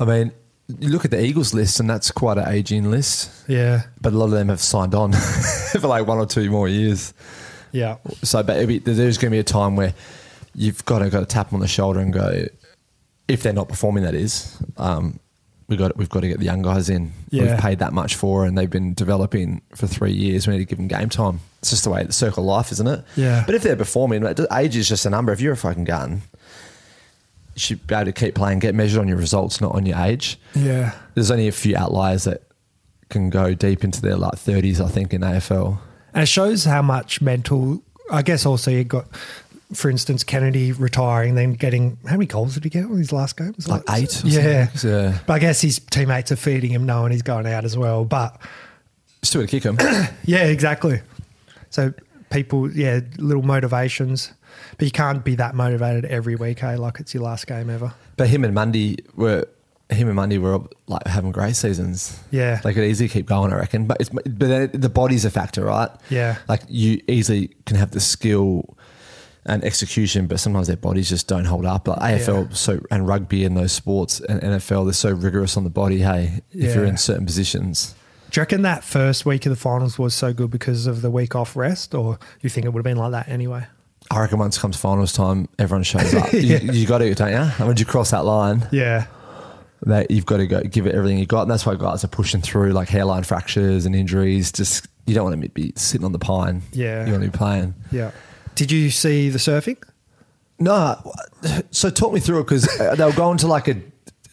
Speaker 2: I mean, you look at the Eagles list, and that's quite an aging list.
Speaker 1: Yeah,
Speaker 2: But a lot of them have signed on *laughs* for like one or two more years.
Speaker 1: yeah,
Speaker 2: So, but it'd be, there's going to be a time where you've got to got to tap them on the shoulder and go, if they're not performing, that is, um, we got we've got to get the young guys in.
Speaker 1: Yeah.
Speaker 2: We've paid that much for, and they've been developing for three years. We need to give them game time. It's just the way the circle of life, isn't it?
Speaker 1: Yeah.
Speaker 2: But if they're performing, like, age is just a number. If you're a fucking gun, you should be able to keep playing, get measured on your results, not on your age
Speaker 1: yeah.
Speaker 2: there's only a few outliers that can go deep into their like 30s, I think, in AFL.
Speaker 1: And it shows how much mental. I guess also you got, for instance, Kennedy retiring, then getting how many goals did he get on his last game? It was
Speaker 2: Like eight or
Speaker 1: Yeah.
Speaker 2: something. Yeah.
Speaker 1: But I guess his teammates are feeding him, knowing he's going out as well. But
Speaker 2: Stuart Kickham.
Speaker 1: Yeah, exactly. So people, yeah, little motivations, but you can't be that motivated every week, hey? Like it's your last game ever.
Speaker 2: but him and Mundy were him and Mundy were like having great seasons.
Speaker 1: Yeah.
Speaker 2: They could easily keep going, I reckon. But it's but then the body's a factor, right?
Speaker 1: Yeah.
Speaker 2: Like you easily can have the skill and execution, but sometimes their bodies just don't hold up. Like AFL so and rugby and those sports and NFL, they're so rigorous on the body, hey, if you're
Speaker 1: Yeah.
Speaker 2: in certain positions.
Speaker 1: Do you reckon that first week of the finals was so good because of the week off rest, or you think it would have been like that anyway?
Speaker 2: I reckon once comes finals time, everyone
Speaker 1: *laughs*
Speaker 2: shows up. you, you got to, don't you? And when you cross that line,
Speaker 1: Yeah.
Speaker 2: that you've got to go give it everything you got, and that's why guys are pushing through like hairline fractures and injuries. Just you don't want to be sitting on the pine.
Speaker 1: Yeah.
Speaker 2: you want to be playing.
Speaker 1: Yeah. Did you see the surfing?
Speaker 2: No, so talk me through it because they were going to like a,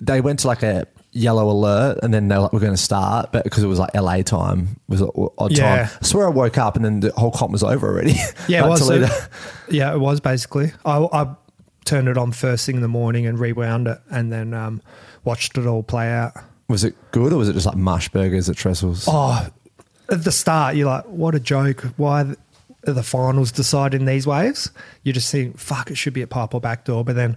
Speaker 2: they went to like a yellow alert, and then they were like we're going to start, but because it was like LA time was o- odd
Speaker 1: Yeah.
Speaker 2: time. I swear I woke up and then the whole comp was over already.
Speaker 1: Yeah, it
Speaker 2: *laughs* Like
Speaker 1: was. so-
Speaker 2: Toledo.
Speaker 1: yeah, it was basically. I, I turned it on first thing in the morning and rewound it, and then um, watched it all play out.
Speaker 2: was it good or was it just like mush burgers at Trestles?
Speaker 1: oh, at the start, you're like, what a joke. Why th- are the finals decided in these waves? You just think, fuck, it should be at pipe or backdoor. But then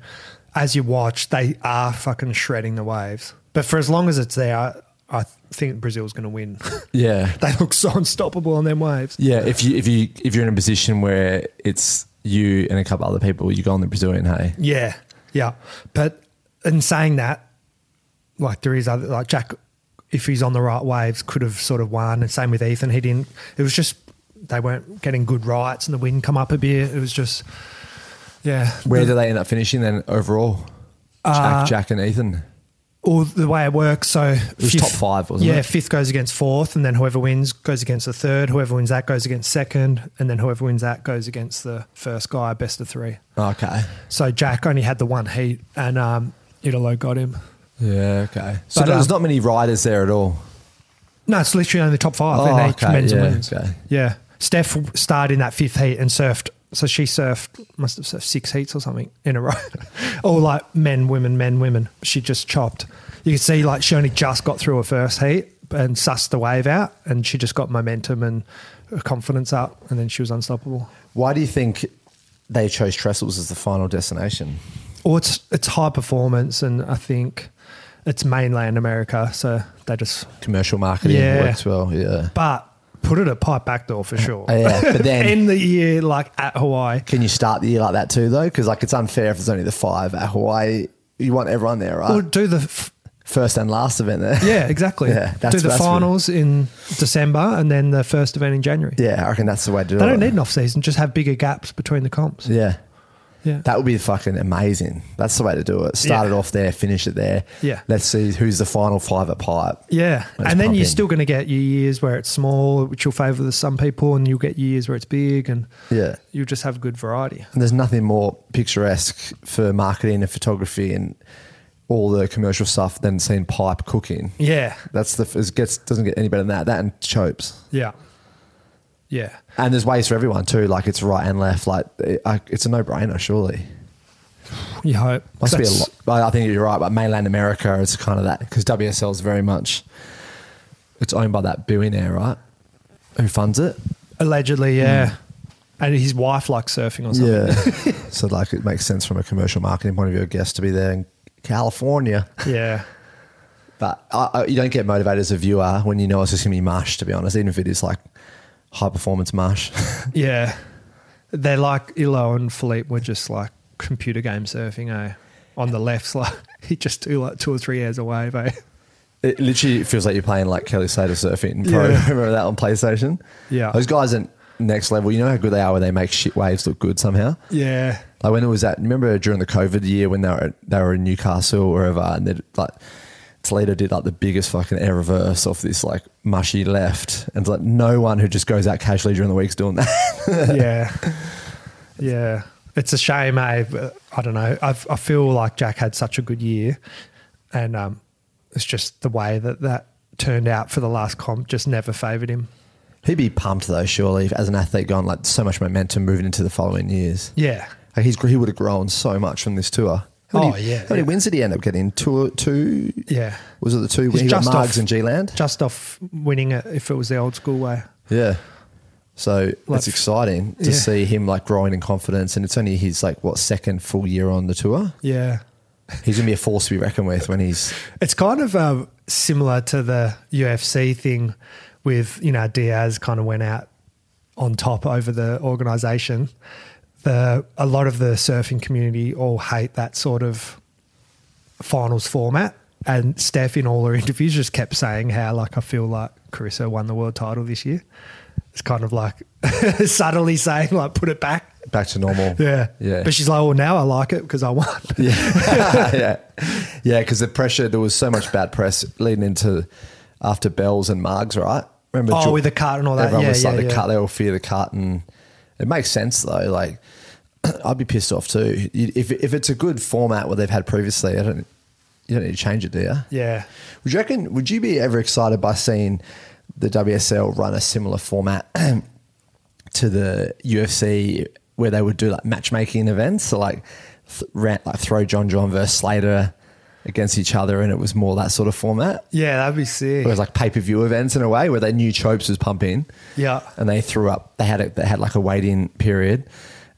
Speaker 1: as you watch, they are fucking shredding the waves. But for as long as it's there, I, I think Brazil's going to win. *laughs*
Speaker 2: Yeah,
Speaker 1: they look so unstoppable on them waves.
Speaker 2: Yeah, if you if you if you're in a position where it's you and a couple other people, you go on the Brazilian hay.
Speaker 1: Yeah, yeah. But in saying that, like there is other like Jack, if he's on the right waves, could have sort of won. And same with Ethan, he didn't. It was just they weren't getting good rights, and the wind come up a bit. It was just, yeah.
Speaker 2: Where do they end up finishing then overall?
Speaker 1: Uh,
Speaker 2: Jack, Jack and Ethan.
Speaker 1: Or the way it works, so it
Speaker 2: was top five, wasn't
Speaker 1: yeah,
Speaker 2: it?
Speaker 1: fifth goes against fourth, and then whoever wins goes against the third. Whoever wins that goes against second, and then whoever wins that goes against the first guy, best of three.
Speaker 2: Okay.
Speaker 1: So Jack only had the one heat, and um, Italo got him.
Speaker 2: Yeah. Okay. So
Speaker 1: But,
Speaker 2: there's
Speaker 1: um,
Speaker 2: not many riders there at all.
Speaker 1: No, it's literally only the top five.
Speaker 2: Oh,
Speaker 1: and each
Speaker 2: okay,
Speaker 1: men's and
Speaker 2: yeah,
Speaker 1: women's.
Speaker 2: okay.
Speaker 1: Yeah. Steph starred in that fifth heat and surfed. So she surfed, must have surfed six heats or something in a row. *laughs* All like men, women, men, women. She just chopped. You can see like she only just got through her first heat and sussed the wave out and she just got momentum and her confidence up and then she was unstoppable.
Speaker 2: Why do you think they chose Trestles as the final destination?
Speaker 1: Or it's it's high performance and I think it's mainland America, so they just
Speaker 2: Commercial marketing
Speaker 1: Yeah.
Speaker 2: works well. Yeah.
Speaker 1: but put it at pipe backdoor for sure.
Speaker 2: Oh, Yeah,
Speaker 1: *laughs*
Speaker 2: but then-
Speaker 1: end the year like at Hawaii.
Speaker 2: Can you start the year like that too though? Because like it's unfair if there's only the five at Hawaii. You want everyone there, right?
Speaker 1: Or do the f-
Speaker 2: First and last event there.
Speaker 1: yeah, exactly.
Speaker 2: *laughs* Yeah, that's-
Speaker 1: do the
Speaker 2: that's
Speaker 1: finals in December and then the first event in January.
Speaker 2: Yeah, I reckon that's the way to do
Speaker 1: They
Speaker 2: it.
Speaker 1: don't need an off season; just have bigger gaps between the comps.
Speaker 2: Yeah.
Speaker 1: Yeah.
Speaker 2: That would be fucking amazing. That's the way to do it. Start
Speaker 1: Yeah.
Speaker 2: it off there, finish it there.
Speaker 1: Yeah.
Speaker 2: Let's see who's the final five at pipe.
Speaker 1: Yeah,
Speaker 2: Let's
Speaker 1: and then
Speaker 2: pump
Speaker 1: you're
Speaker 2: in.
Speaker 1: still going to get your years where it's small, which will favour the some people, and you'll get years where it's big, and
Speaker 2: Yeah.
Speaker 1: you'll just have good variety.
Speaker 2: And there's nothing more picturesque for marketing and photography and all the commercial stuff than seeing pipe cooking.
Speaker 1: Yeah,
Speaker 2: That's the it gets doesn't get any better than that. That and chopes.
Speaker 1: yeah, yeah,
Speaker 2: And there's ways for everyone too. Like it's right and left. Like it, I, it's a no brainer. Surely
Speaker 1: you hope.
Speaker 2: must be a
Speaker 1: That's-
Speaker 2: lot. but I think you're right. But mainland America is kind of that because WSL is very much. It's owned by that billionaire, right? Who funds it?
Speaker 1: Allegedly, yeah.
Speaker 2: Hmm.
Speaker 1: And his wife likes surfing or something.
Speaker 2: *laughs* so like it makes sense from a commercial marketing point of view, I guess, to be there in California.
Speaker 1: Yeah.
Speaker 2: But I, I, you don't get motivated as a viewer when you know it's just going to be mush, to be honest, even if it is like high performance mush. *laughs*
Speaker 1: Yeah. They're like Illo and Philippe were just like computer game surfing, eh? On the left's like *laughs* he just do like two or three hours away, eh?
Speaker 2: it literally feels like you're playing like Kelly Slater surfing pro.
Speaker 1: Yeah.
Speaker 2: *laughs* Remember that on PlayStation?
Speaker 1: Yeah.
Speaker 2: Those guys are next level. You know how good they are when they make shit waves look good somehow?
Speaker 1: Yeah.
Speaker 2: Like when it was that, remember during the COVID year when they were, they were in Newcastle or wherever and they like, Toledo did like the biggest fucking air reverse off this like mushy left. And it's like no one who just goes out casually during the week's doing that.
Speaker 1: *laughs*
Speaker 2: *laughs*
Speaker 1: yeah, yeah. It's a shame, eh? But I don't know. I I feel like Jack had such a good year, and um, it's just the way that that turned out for the last comp just never favoured him.
Speaker 2: He'd be pumped though, surely, as an athlete gone like so much momentum moving into the following years.
Speaker 1: Yeah,
Speaker 2: Like he's he would have grown so much from this tour. How many-
Speaker 1: Oh, yeah,
Speaker 2: How many
Speaker 1: yeah.
Speaker 2: wins did he end up getting? Two two
Speaker 1: yeah.
Speaker 2: was it the two
Speaker 1: He's
Speaker 2: when he got
Speaker 1: just
Speaker 2: Margs
Speaker 1: off-
Speaker 2: and G Land?
Speaker 1: Just off winning it, if it was the old school way.
Speaker 2: Yeah. So
Speaker 1: Like-
Speaker 2: it's exciting to
Speaker 1: Yeah.
Speaker 2: see him like growing in confidence and it's only his like what second full year on the tour.
Speaker 1: Yeah,
Speaker 2: He's gonna be a force to be reckoned with when he's
Speaker 1: it's kind of um, similar to the UFC thing, with you know Diaz kind of went out on top over the organization. The a lot of the surfing community all hate that sort of finals format. And Steph, in all her *laughs* interviews, just kept saying how, like, I feel like Carissa won the world title this year. It's kind of like *laughs* subtly saying, like, put it back.
Speaker 2: back to normal.
Speaker 1: *laughs* Yeah.
Speaker 2: Yeah.
Speaker 1: But she's like, well, now I like it because I won.
Speaker 2: *laughs*
Speaker 1: *laughs*
Speaker 2: yeah, yeah, because the pressure there was so much bad press leading into after Bells and Margs, right? Remember,
Speaker 1: Oh,
Speaker 2: Ju-
Speaker 1: with the cart and all that.
Speaker 2: Everyone
Speaker 1: Yeah,
Speaker 2: was like
Speaker 1: yeah,
Speaker 2: the
Speaker 1: yeah.
Speaker 2: cart; they all fear the cart, and it makes sense though. Like, *clears throat* I'd be pissed off too You- if if it's a good format what they've had previously. I don't, you don't need to change it, do you?
Speaker 1: yeah.
Speaker 2: Would you reckon? Would you be ever excited by seeing the WSL run a similar format *clears throat* to the UFC, where they would do like matchmaking events? So like, th- rant, like throw John John versus Slater against each other, and it was more that sort of format.
Speaker 1: Yeah, that'd be sick.
Speaker 2: It was like pay per view events in a way where they knew Chopes was pumping.
Speaker 1: Yeah.
Speaker 2: and they threw up. They had a, they had like a wait in period,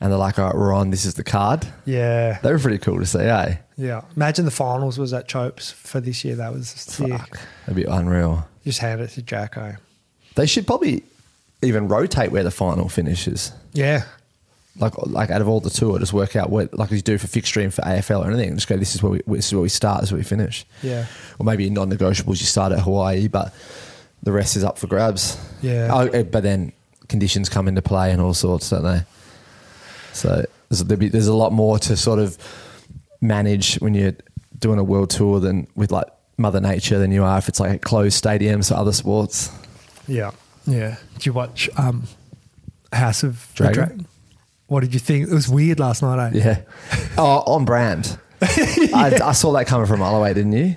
Speaker 2: and they're like, "All right, we're on. This is the card."
Speaker 1: Yeah.
Speaker 2: They were pretty cool to see, eh?
Speaker 1: Yeah. Imagine the finals was at Chopes for this year. That was sick.
Speaker 2: Fuck, that'd be unreal.
Speaker 1: Just hand it to Jacko.
Speaker 2: They should probably even rotate where the final finishes.
Speaker 1: Yeah.
Speaker 2: Like, like out of all the tour, just work out what like you do for fixed stream for AFL or anything. Just go. This is where we this is where we start. This is where we finish.
Speaker 1: Yeah.
Speaker 2: Or maybe non-negotiables. You start at Hawaii, but the rest is up for grabs.
Speaker 1: Yeah.
Speaker 2: Oh, eh, but then conditions come into play and all sorts, don't they? So there's, there'd be, there's a lot more to sort of manage when you're doing a world tour than with like Mother Nature than you are if it's like a closed stadium. So other sports.
Speaker 1: Yeah. Yeah. Did you watch um, House of the
Speaker 2: Dragon?
Speaker 1: Dragon? What did you think? It was weird last night, eh?
Speaker 2: Yeah. *laughs* Oh, on
Speaker 1: *laughs*
Speaker 2: brand. I, I saw that coming from a mile away, didn't you?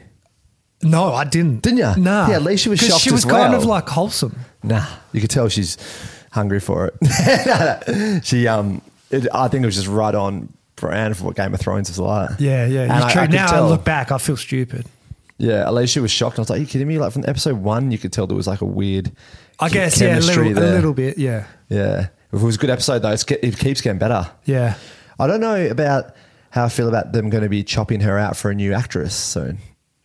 Speaker 1: No, I didn't.
Speaker 2: Didn't ya?
Speaker 1: Nah.
Speaker 2: Yeah, Alicia was
Speaker 1: 'Cause
Speaker 2: shocked
Speaker 1: She was
Speaker 2: as
Speaker 1: kind
Speaker 2: well.
Speaker 1: of like wholesome.
Speaker 2: Nah, you could tell she's hungry for *laughs* it. she, um, it, I think it was just right on brand for what Game of Thrones was like.
Speaker 1: Yeah, yeah.
Speaker 2: And
Speaker 1: It's
Speaker 2: I,
Speaker 1: true.
Speaker 2: I could
Speaker 1: now
Speaker 2: tell,
Speaker 1: I look back, I feel stupid.
Speaker 2: Yeah, Alicia was shocked. I was like, "Are you kidding me?" Like from episode one, you could tell there was like a weird.
Speaker 1: I
Speaker 2: chem-
Speaker 1: guess, yeah, a
Speaker 2: chemistry
Speaker 1: little, a
Speaker 2: there.
Speaker 1: little bit. Yeah.
Speaker 2: Yeah, if it was a good episode though, it's, get- it keeps getting better.
Speaker 1: Yeah.
Speaker 2: I don't know about how I feel about them going to be chopping her out for a new actress soon.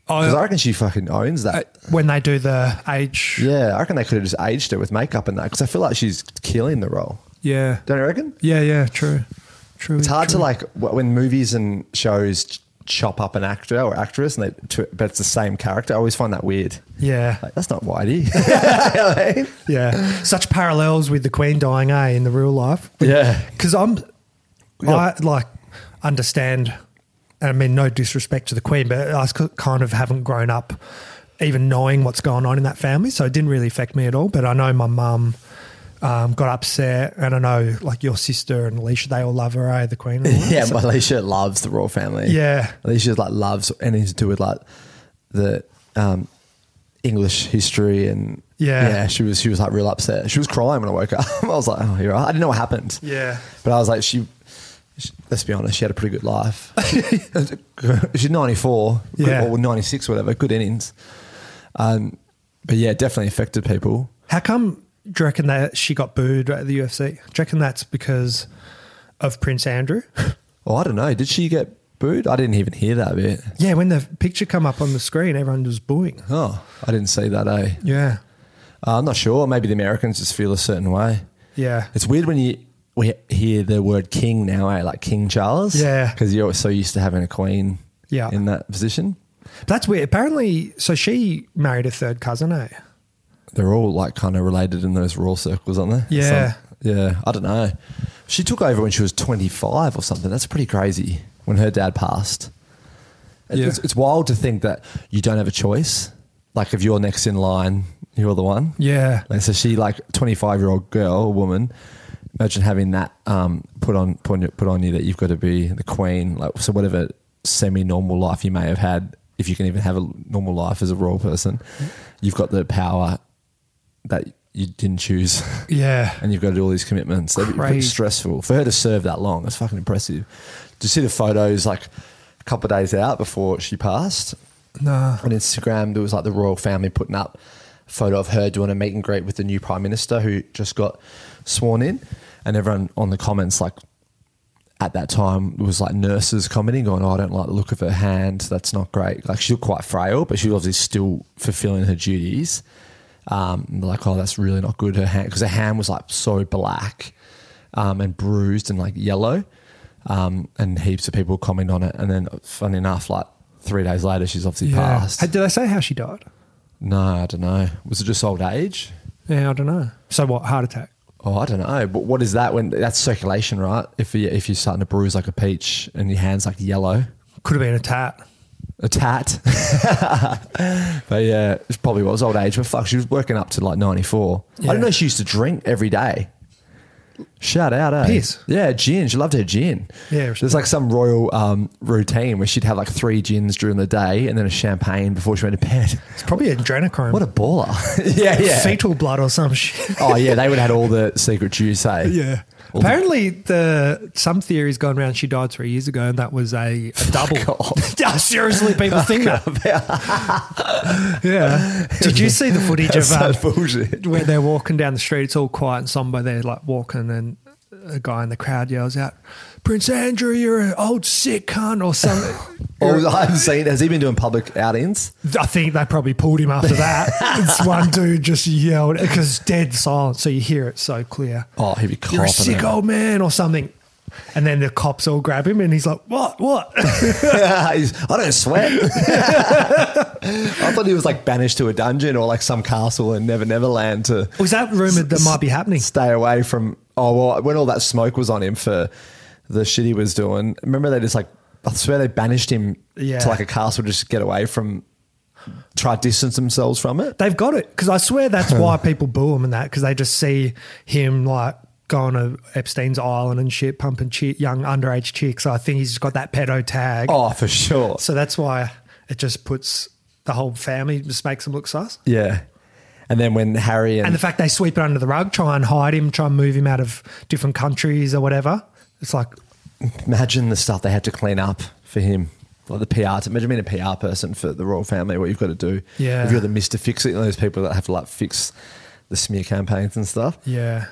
Speaker 1: Oh, uh,
Speaker 2: Because I reckon she fucking owns that.
Speaker 1: When they do the age.
Speaker 2: Yeah, I reckon they could have just aged her with makeup and that because I feel like she's killing the role.
Speaker 1: Yeah.
Speaker 2: Don't you reckon?
Speaker 1: Yeah, yeah, true. True.
Speaker 2: It's hard to like wh- when movies and shows ch- chop up an actor or actress, and they, tw but it's the same character. I always find that weird.
Speaker 1: Yeah.
Speaker 2: Like, that's not
Speaker 1: *laughs*
Speaker 2: Whitey. *laughs* You know what I mean?
Speaker 1: Yeah. Such parallels with the Queen dying, eh, in the real life.
Speaker 2: Yeah.
Speaker 1: Because I'm, I like, understand. I mean, no disrespect to the Queen, but I s- kind of haven't grown up even knowing what's going on in that family, so it didn't really affect me at all. But I know my mum um, got upset, and I know like your sister and Alicia, they all love her, eh? The Queen. and all that.
Speaker 2: *laughs* *laughs* Yeah,
Speaker 1: So-
Speaker 2: but Alicia loves the royal family.
Speaker 1: Yeah.
Speaker 2: Alicia like loves anything to do with like the um, English history and
Speaker 1: Yeah.
Speaker 2: She was she was like real upset. She was crying when I woke up. *laughs* I was like, oh, you're right. I didn't know what happened.
Speaker 1: Yeah.
Speaker 2: but I was like, she. she- Let's be honest. She had a pretty good life. *laughs* She's ninety four,
Speaker 1: Yeah.
Speaker 2: or ninety six, whatever. Good innings, um, but yeah, definitely affected people.
Speaker 1: How come do you reckon that she got booed at the UFC? Do you reckon that's because of Prince Andrew? *laughs*
Speaker 2: Oh, I don't know. Did she get booed? I didn't even hear that bit.
Speaker 1: yeah, when the picture come up on the screen, everyone was booing.
Speaker 2: Oh, I didn't see that. Eh.
Speaker 1: Yeah.
Speaker 2: Uh, I'm not sure. Maybe the Americans just feel a certain way.
Speaker 1: Yeah.
Speaker 2: It's weird when you we hear the word king now, eh? Like King Charles.
Speaker 1: Yeah.
Speaker 2: Because you're so used to having a queen
Speaker 1: Yeah.
Speaker 2: in that position.
Speaker 1: But that's weird. Apparently, so she married a third cousin, eh?
Speaker 2: They're all like kind of related in those royal circles, aren't they?
Speaker 1: Yeah.
Speaker 2: Some- yeah. I don't know. She took over when she was 25 or something. That's pretty crazy when her dad passed. It-
Speaker 1: Yeah.
Speaker 2: It's, it's wild to think that you don't have a choice. Like if you're next in line, you're the one.
Speaker 1: Yeah.
Speaker 2: Like, so she like twenty five year old girl, woman. Imagine having that um, put on put on, you, put on you that you've got to be the queen. Like so, whatever semi normal life you may have had, if you can even have a normal life as a royal person, you've got the power that you didn't choose, *laughs*
Speaker 1: Yeah.
Speaker 2: and you've got to do all these commitments. That'd be pretty
Speaker 1: Crazy.
Speaker 2: stressful for her to serve that long. That's fucking impressive. Do you see the photos like a couple of days out before she passed?
Speaker 1: Nah.
Speaker 2: on Instagram, there was like the royal family putting up a photo of her doing a meet and greet with the new prime minister who just got sworn in, and everyone on the comments like at that time it was like nurses commenting going, oh, "I don't like the look of her hand. That's not great." Like she looked quite frail, but she was obviously still fulfilling her duties. Um, and they're like, "Oh, that's really not good." Her hand because her hand was like so black um, and bruised and like yellow. Um, and heaps of people comment on it, and then funny enough, like three days later, she's obviously
Speaker 1: Yeah.
Speaker 2: passed.
Speaker 1: Hey, Did I say how she died?
Speaker 2: No, I don't know. Was it just old age?
Speaker 1: Yeah, I don't know. So what? Heart attack.
Speaker 2: Oh, I don't know. But what is that when that's circulation, right? If you if you're starting to bruise like a peach and your hands like yellow,
Speaker 1: Could have been a tat.
Speaker 2: a tat. *laughs* but yeah, it's probably what was old age. But fuck, she was working up to like 94. I
Speaker 1: Yeah.
Speaker 2: didn't know she used to drink every day. Shout out, eh?
Speaker 1: Piss.
Speaker 2: Yeah, gin. She loved her gin.
Speaker 1: Yeah,
Speaker 2: There's like some royal um, routine where she'd have like three gins during the day and then a champagne before she went to bed. *laughs*
Speaker 1: It's probably adrenochrome.
Speaker 2: What a baller. *laughs* yeah, yeah.
Speaker 1: fetal blood or some shit.
Speaker 2: Oh yeah, they would have had all the secret juice,
Speaker 1: *laughs*
Speaker 2: eh?
Speaker 1: Yeah.
Speaker 2: All the-
Speaker 1: Apparently, the some theory's gone around. She died three years ago, and that was a, a
Speaker 2: *laughs*
Speaker 1: double.
Speaker 2: Oh
Speaker 1: *laughs* yeah, seriously, people think that. yeah. *laughs* Did you see the footage of
Speaker 2: That's
Speaker 1: um,
Speaker 2: so bullshit.
Speaker 1: where they're walking down the street? It's all quiet and somber. They're like walking, and a guy in the crowd yells out, "Prince Andrew, you're an old sick cunt," or
Speaker 2: *laughs*
Speaker 1: something.
Speaker 2: *laughs* All I've seen has he been doing public outings?
Speaker 1: *laughs* I think they probably pulled him after
Speaker 2: *laughs*
Speaker 1: that. it's one dude just yelled because dead silence, so you hear it so clear.
Speaker 2: Oh, he'd be
Speaker 1: You're a
Speaker 2: coughing
Speaker 1: sick
Speaker 2: it.
Speaker 1: old man or something. And then the cops all grab him and he's like, What? What? *laughs*
Speaker 2: *laughs* He's, I don't sweat. *laughs* I thought he was like banished to a dungeon or like some castle in Never Never Land to
Speaker 1: Was that rumored that might be happening?
Speaker 2: stay away from. Oh well, when all that smoke was on him for the shit he was doing, remember they just like I swear they banished him
Speaker 1: Yeah.
Speaker 2: to like a castle just to get away from, try to distance themselves from it.
Speaker 1: They've got it. Because I swear that's why people boo him and that, because they just see him like going to Epstein's Island and shit, pumping chi- young underage chicks. I think he's got that pedo tag.
Speaker 2: Oh, for sure.
Speaker 1: So that's why it just puts the whole family, just makes them look sus.
Speaker 2: Yeah. And then when Harry and,
Speaker 1: And the fact they sweep it under the rug, try and hide him, try and move him out of different countries or whatever. It's like,
Speaker 2: imagine the stuff they had to clean up for him. Like the PR, imagine being a PR person for the royal family, what you've got to do.
Speaker 1: Yeah.
Speaker 2: If you're the Mr. Fix It, you know, those people that have to like fix the smear campaigns and stuff.
Speaker 1: yeah.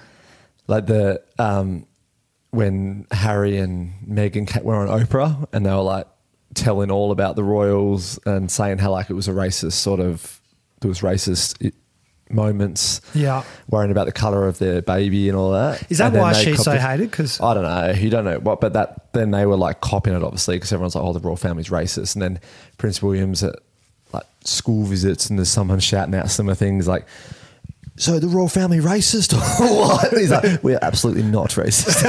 Speaker 2: Like the, um, when Harry and Meghan ca- were on Oprah and they were like telling all about the royals and saying how like it was a racist sort of, there was racist i- moments.
Speaker 1: Yeah.
Speaker 2: Worrying about the color of their baby and all that.
Speaker 1: Is that
Speaker 2: And then
Speaker 1: why
Speaker 2: they
Speaker 1: she's so
Speaker 2: copied-
Speaker 1: hated? Because
Speaker 2: I don't know. You don't know what, but that then they were like copying it obviously because everyone's like, "Oh, the royal family's racist." And then Prince William's at like school visits, and there's someone shouting out similar things like so the royal family racist or *laughs* what? He's like, we're absolutely not racist.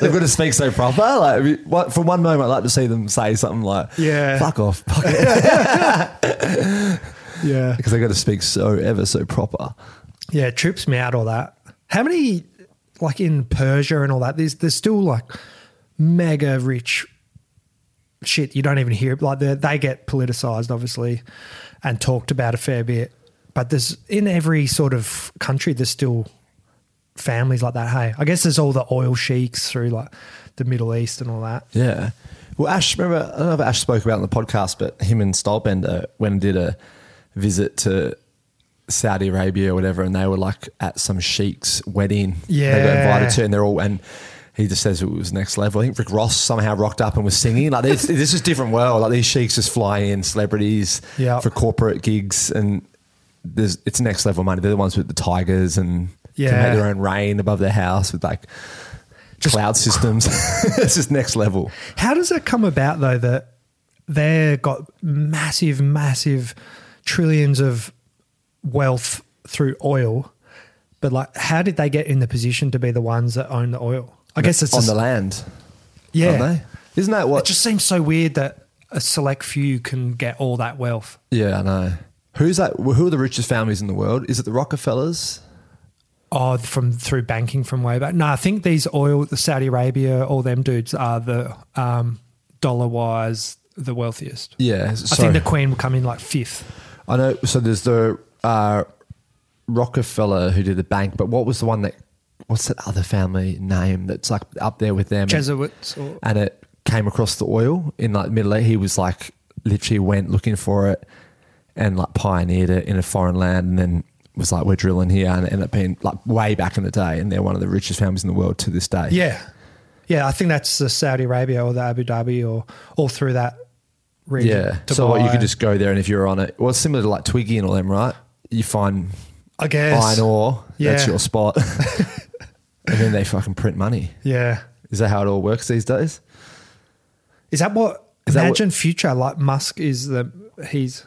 Speaker 2: *laughs* They've got to speak so proper. Like, if you- what- for one moment, I'd like to see them say something like,
Speaker 1: Yeah.
Speaker 2: fuck off, fuck it. *laughs*
Speaker 1: Yeah.
Speaker 2: because they've got to speak so ever so proper.
Speaker 1: Yeah, it trips me out all that. How many like in Persia and all that, there's there's still like mega rich shit you don't even hear like they they get politicized obviously and talked about a fair bit. But there's in every sort of country there's still families like that. Hey. I guess there's all the oil sheiks through like the Middle East and all that.
Speaker 2: Yeah. Well, Ash, remember, I don't know if Ash spoke about it on the podcast, but him and Stolbender went and did a visit to Saudi Arabia or whatever, and they were like at some sheik's wedding. They got
Speaker 1: Yeah.
Speaker 2: invited to, and they're all, and he just says it was next level. I think Rick Ross somehow rocked up and was singing. Like, this, this is a different world. Like, these sheiks just fly in celebrities
Speaker 1: Yeah.
Speaker 2: for corporate gigs, and there's it's next level money. They're the ones with the tigers and can
Speaker 1: Yeah.
Speaker 2: make their own rain above their house with like
Speaker 1: Just-
Speaker 2: cloud systems. *laughs* it's just next level.
Speaker 1: How does it come about though that they've got massive, massive trillions of wealth through oil? But like, how did they get in the position to be the ones that own the oil? I guess it's
Speaker 2: on
Speaker 1: just,
Speaker 2: the land.
Speaker 1: yeah.
Speaker 2: aren't they? Isn't that what?
Speaker 1: It just seems so weird that a select few can get all that wealth.
Speaker 2: yeah, I know. Who's that? Who are the richest families in the world? Is it the Rockefellers?
Speaker 1: Oh, from through banking from way back. No, I think these oil, the Saudi Arabia, all them dudes are the um, dollar wise the wealthiest.
Speaker 2: Yeah,
Speaker 1: I think the Queen will come in like fifth.
Speaker 2: I know. So there's the uh, Rockefeller who did the bank, but what was the one that? What's that other family name that's like up there with them?
Speaker 1: Jesuits or
Speaker 2: and it came across the oil in like the middle East. He was like literally went looking for it and like pioneered it in a foreign land and then was like we're drilling here and it ended up being like way back in the day and they're one of the richest families in the world to this day.
Speaker 1: Yeah. Yeah, I think that's the Saudi Arabia or the Abu Dhabi or all through that region.
Speaker 2: Yeah.
Speaker 1: Dubai.
Speaker 2: So what you could just go there and if you're on it well it's similar to like Twiggy and all them, right? You find
Speaker 1: I guess.
Speaker 2: iron ore, that's
Speaker 1: Yeah. *laughs*
Speaker 2: your spot. and then they fucking print money.
Speaker 1: Yeah.
Speaker 2: Is that how it all works these days?
Speaker 1: Is that what
Speaker 2: Is that what-
Speaker 1: imagine future like Musk is the he's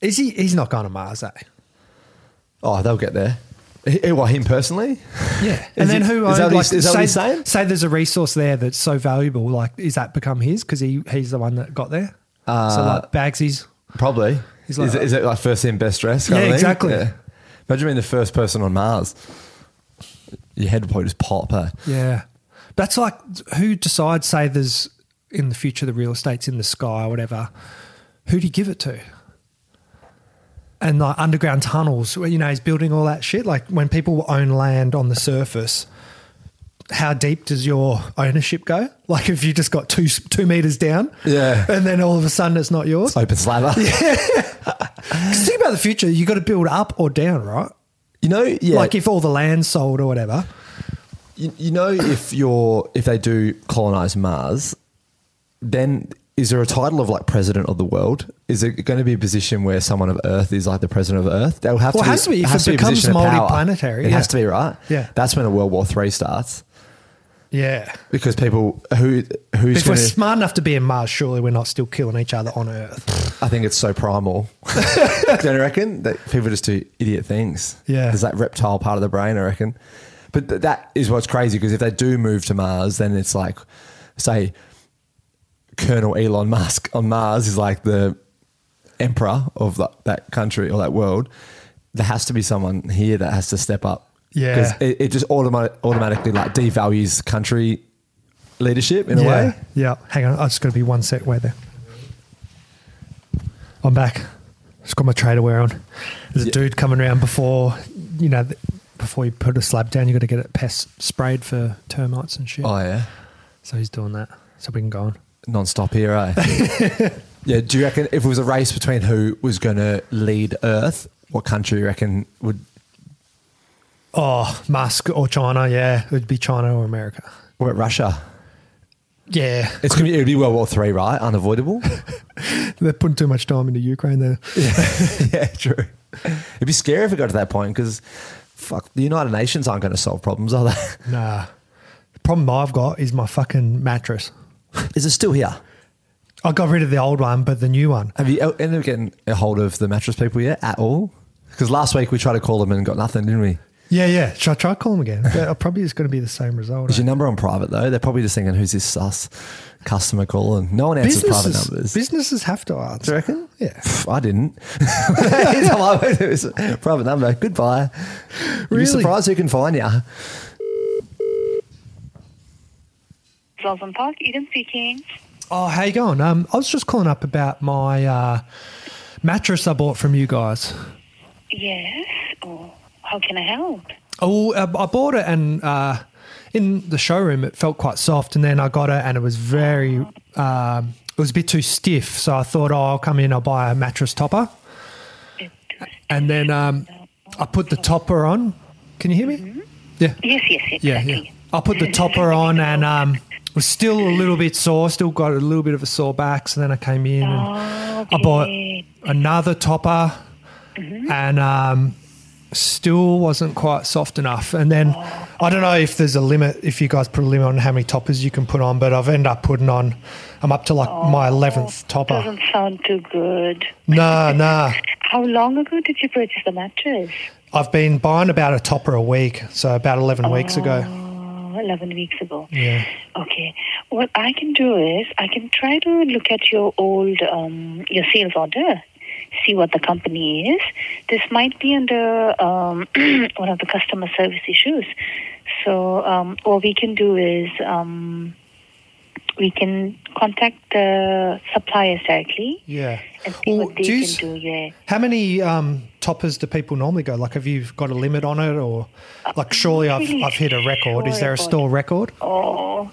Speaker 1: is he he's not going to Mars, eh?
Speaker 2: Oh, they'll get there. He, well, him personally?
Speaker 1: Yeah. And then
Speaker 2: it-
Speaker 1: who
Speaker 2: is that
Speaker 1: owns
Speaker 2: what
Speaker 1: like
Speaker 2: he's- is that what
Speaker 1: say,
Speaker 2: he's saying?
Speaker 1: say there's a resource there that's so valuable, like is that become his because he he's the one that got there? so
Speaker 2: Uh,
Speaker 1: like Bagsy's
Speaker 2: Probably.
Speaker 1: He's like-
Speaker 2: is, it, is it like first in, best dressed? kind
Speaker 1: Yeah,
Speaker 2: of thing?
Speaker 1: exactly.
Speaker 2: Imagine being the first person on Mars. Your head would probably just pop. eh?
Speaker 1: Yeah. That's like who decides, say, there's in the future the real estate's in the sky or whatever. Who do you give it to? And like underground tunnels, where, you know, he's building all that shit. Like when people own land on the surface, how deep does your ownership go? Like if you just got two two meters down,
Speaker 2: Yeah.
Speaker 1: and then all of a sudden it's not yours.
Speaker 2: It's
Speaker 1: *laughs*
Speaker 2: open slather.
Speaker 1: Because think about the future, you got to build up or down, right?
Speaker 2: You know, yeah.
Speaker 1: Like if all the land's sold or whatever.
Speaker 2: you, you know, if you're if they do colonize Mars, then is there a title of like president of the world? Is it going to be a position where someone of Earth is like the president of Earth? They'll have
Speaker 1: Well,
Speaker 2: to.
Speaker 1: it has to be. If
Speaker 2: has
Speaker 1: it
Speaker 2: to be a
Speaker 1: becomes
Speaker 2: position of power.
Speaker 1: multi-planetary,
Speaker 2: it
Speaker 1: yeah.
Speaker 2: has to be right.
Speaker 1: Yeah.
Speaker 2: that's when a World War Three starts
Speaker 1: Yeah.
Speaker 2: because people who who's
Speaker 1: If we're
Speaker 2: going to.
Speaker 1: smart enough to be in Mars, surely we're not still killing each other on Earth.
Speaker 2: I think it's so primal. *laughs* Don't you reckon that people just do idiot things?
Speaker 1: Yeah.
Speaker 2: there's that reptile part of the brain. I reckon, but th- that is what's crazy because if they do move to Mars, then it's like, say, Colonel Elon Musk on Mars is like the emperor of the, that country or that world. There has to be someone here that has to step up.
Speaker 1: Yeah.
Speaker 2: because it, it just automa- automatically like devalues country leadership in a way.
Speaker 1: Yeah. Hang on. I just got to be one sec. Wait there. I'm back. Just got my trader wear on. There's a
Speaker 2: Yeah.
Speaker 1: dude coming around before, you know, th- before you put a slab down, you got to get it pest sprayed for termites and shit.
Speaker 2: Oh yeah.
Speaker 1: So he's doing that. So we can go on.
Speaker 2: non-stop here, eh? *laughs* yeah. Do you reckon if it was a race between who was going to lead Earth, what country you reckon would?
Speaker 1: Oh, Musk or China. Yeah. It would be China or America.
Speaker 2: What about Russia?
Speaker 1: Yeah. *laughs*
Speaker 2: It's going to be it'd be World War Three, right? Unavoidable.
Speaker 1: They're putting too much time into Ukraine there.
Speaker 2: *laughs* yeah, true. It'd be scary if it got to that point because. Fuck, the United Nations aren't going to solve problems, are they?
Speaker 1: Nah. The problem I've got is my fucking mattress.
Speaker 2: *laughs* Is it still here?
Speaker 1: I got rid of the old one, but the new one.
Speaker 2: uh, Have you ended up getting a hold of the mattress people yet at all? Because last week we tried to call him and got nothing, didn't we?
Speaker 1: Yeah, yeah. Should I try call him
Speaker 2: *laughs*
Speaker 1: again? But probably it's going to be the same result.
Speaker 2: Is
Speaker 1: eh?
Speaker 2: your number on private though? They're probably just thinking, "Who's this sus customer calling?" No one answers private numbers.
Speaker 1: businesses have to answer.
Speaker 2: Do you reckon?
Speaker 1: Yeah.
Speaker 2: Pff, I *laughs* didn't. *laughs* It was a private number. Goodbye. You'd
Speaker 1: Really?
Speaker 2: be surprised who can find you.
Speaker 4: Zolzan Park, Eden speaking.
Speaker 1: Oh, how you going? Um, I was just calling up about my uh, mattress I bought from you guys.
Speaker 4: Yes. Oh, how can I help?
Speaker 1: Oh, I, I bought it and uh, in the showroom it felt quite soft, and then I got it and it was very, um, it was a bit too stiff. So I thought, oh, I'll come in, I'll buy a mattress topper, Uh, and then um, I put the topper on. Can you hear me? Yeah.
Speaker 4: Yes, yes, yes,
Speaker 1: Yeah,
Speaker 4: exactly.
Speaker 1: yeah. I put the topper on and um, it was still a little bit sore. Still got a little bit of a sore back. So then I came in and I bought another topper,
Speaker 4: Mm-hmm.
Speaker 1: and um, still wasn't quite soft enough. And then I don't know if there's a limit if you guys put a limit on how many toppers you can put on, but I've ended up putting on. I'm up to like
Speaker 4: Oh.
Speaker 1: my eleventh topper.
Speaker 4: Doesn't sound too good.
Speaker 1: Nah, nah.
Speaker 4: How long ago did you purchase the mattress?
Speaker 1: I've been buying about a topper a week, so about eleven weeks ago.
Speaker 4: Oh, 11 weeks ago.
Speaker 1: Yeah.
Speaker 4: Okay. What I can do is I can try to look at your old um, your sales order, see what the company is. This might be under um, *clears throat* one of the customer service issues. So um, what we can do is um, we can contact the suppliers directly
Speaker 1: Yeah.
Speaker 4: and see
Speaker 1: Well,
Speaker 4: what they
Speaker 1: do you
Speaker 4: can
Speaker 1: s-
Speaker 4: do. Yeah.
Speaker 1: How many um, toppers do people normally go? Like, have you got a limit on it, or like, surely I've,
Speaker 4: really
Speaker 1: I've hit a record. Is
Speaker 4: sure
Speaker 1: there a
Speaker 4: about
Speaker 1: store record?
Speaker 4: Oh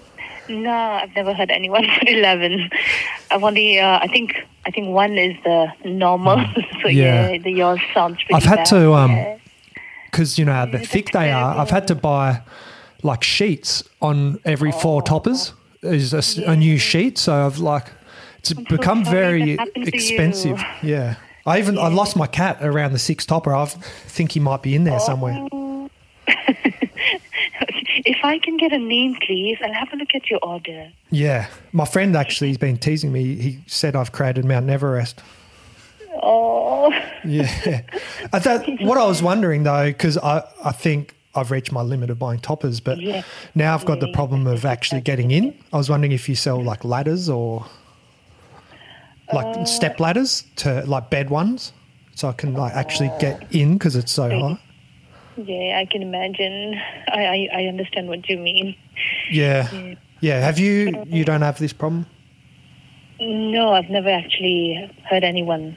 Speaker 4: no, I've never heard anyone *laughs* put eleven. I've only, uh, I think, I think one is the normal. *laughs* so
Speaker 1: Hmm. Yeah.
Speaker 4: yeah, the yours sounds pretty.
Speaker 1: I've had
Speaker 4: bad.
Speaker 1: to, um,
Speaker 4: Yeah.
Speaker 1: Because you know how
Speaker 4: that's
Speaker 1: thick they are. I've had to buy like sheets on every
Speaker 4: Oh.
Speaker 1: four toppers. Is a, s- a new sheet, so I've like it's become
Speaker 4: sorry
Speaker 1: very
Speaker 4: that happened to
Speaker 1: expensive. Yeah. I even I lost my cat around the sixth topper. I think he might be in
Speaker 4: Oh,
Speaker 1: there somewhere.
Speaker 4: If I can get a name, please, I'll have a look at your order.
Speaker 1: Yeah, my friend actually has been teasing me. He said I've created Mount Everest.
Speaker 4: Oh,
Speaker 1: Yeah. I thought, what I was wondering though, because I, I think I've reached my limit of buying toppers, but
Speaker 4: Yeah.
Speaker 1: now I've got the problem of actually getting in. I was wondering if you sell like ladders or like step ladders to like bed ones, so I can like actually get in because it's so high.
Speaker 4: yeah, I can imagine. I, I, I understand what you mean.
Speaker 1: Yeah. Yeah. Have you, you don't have this problem?
Speaker 4: No, I've never actually heard anyone.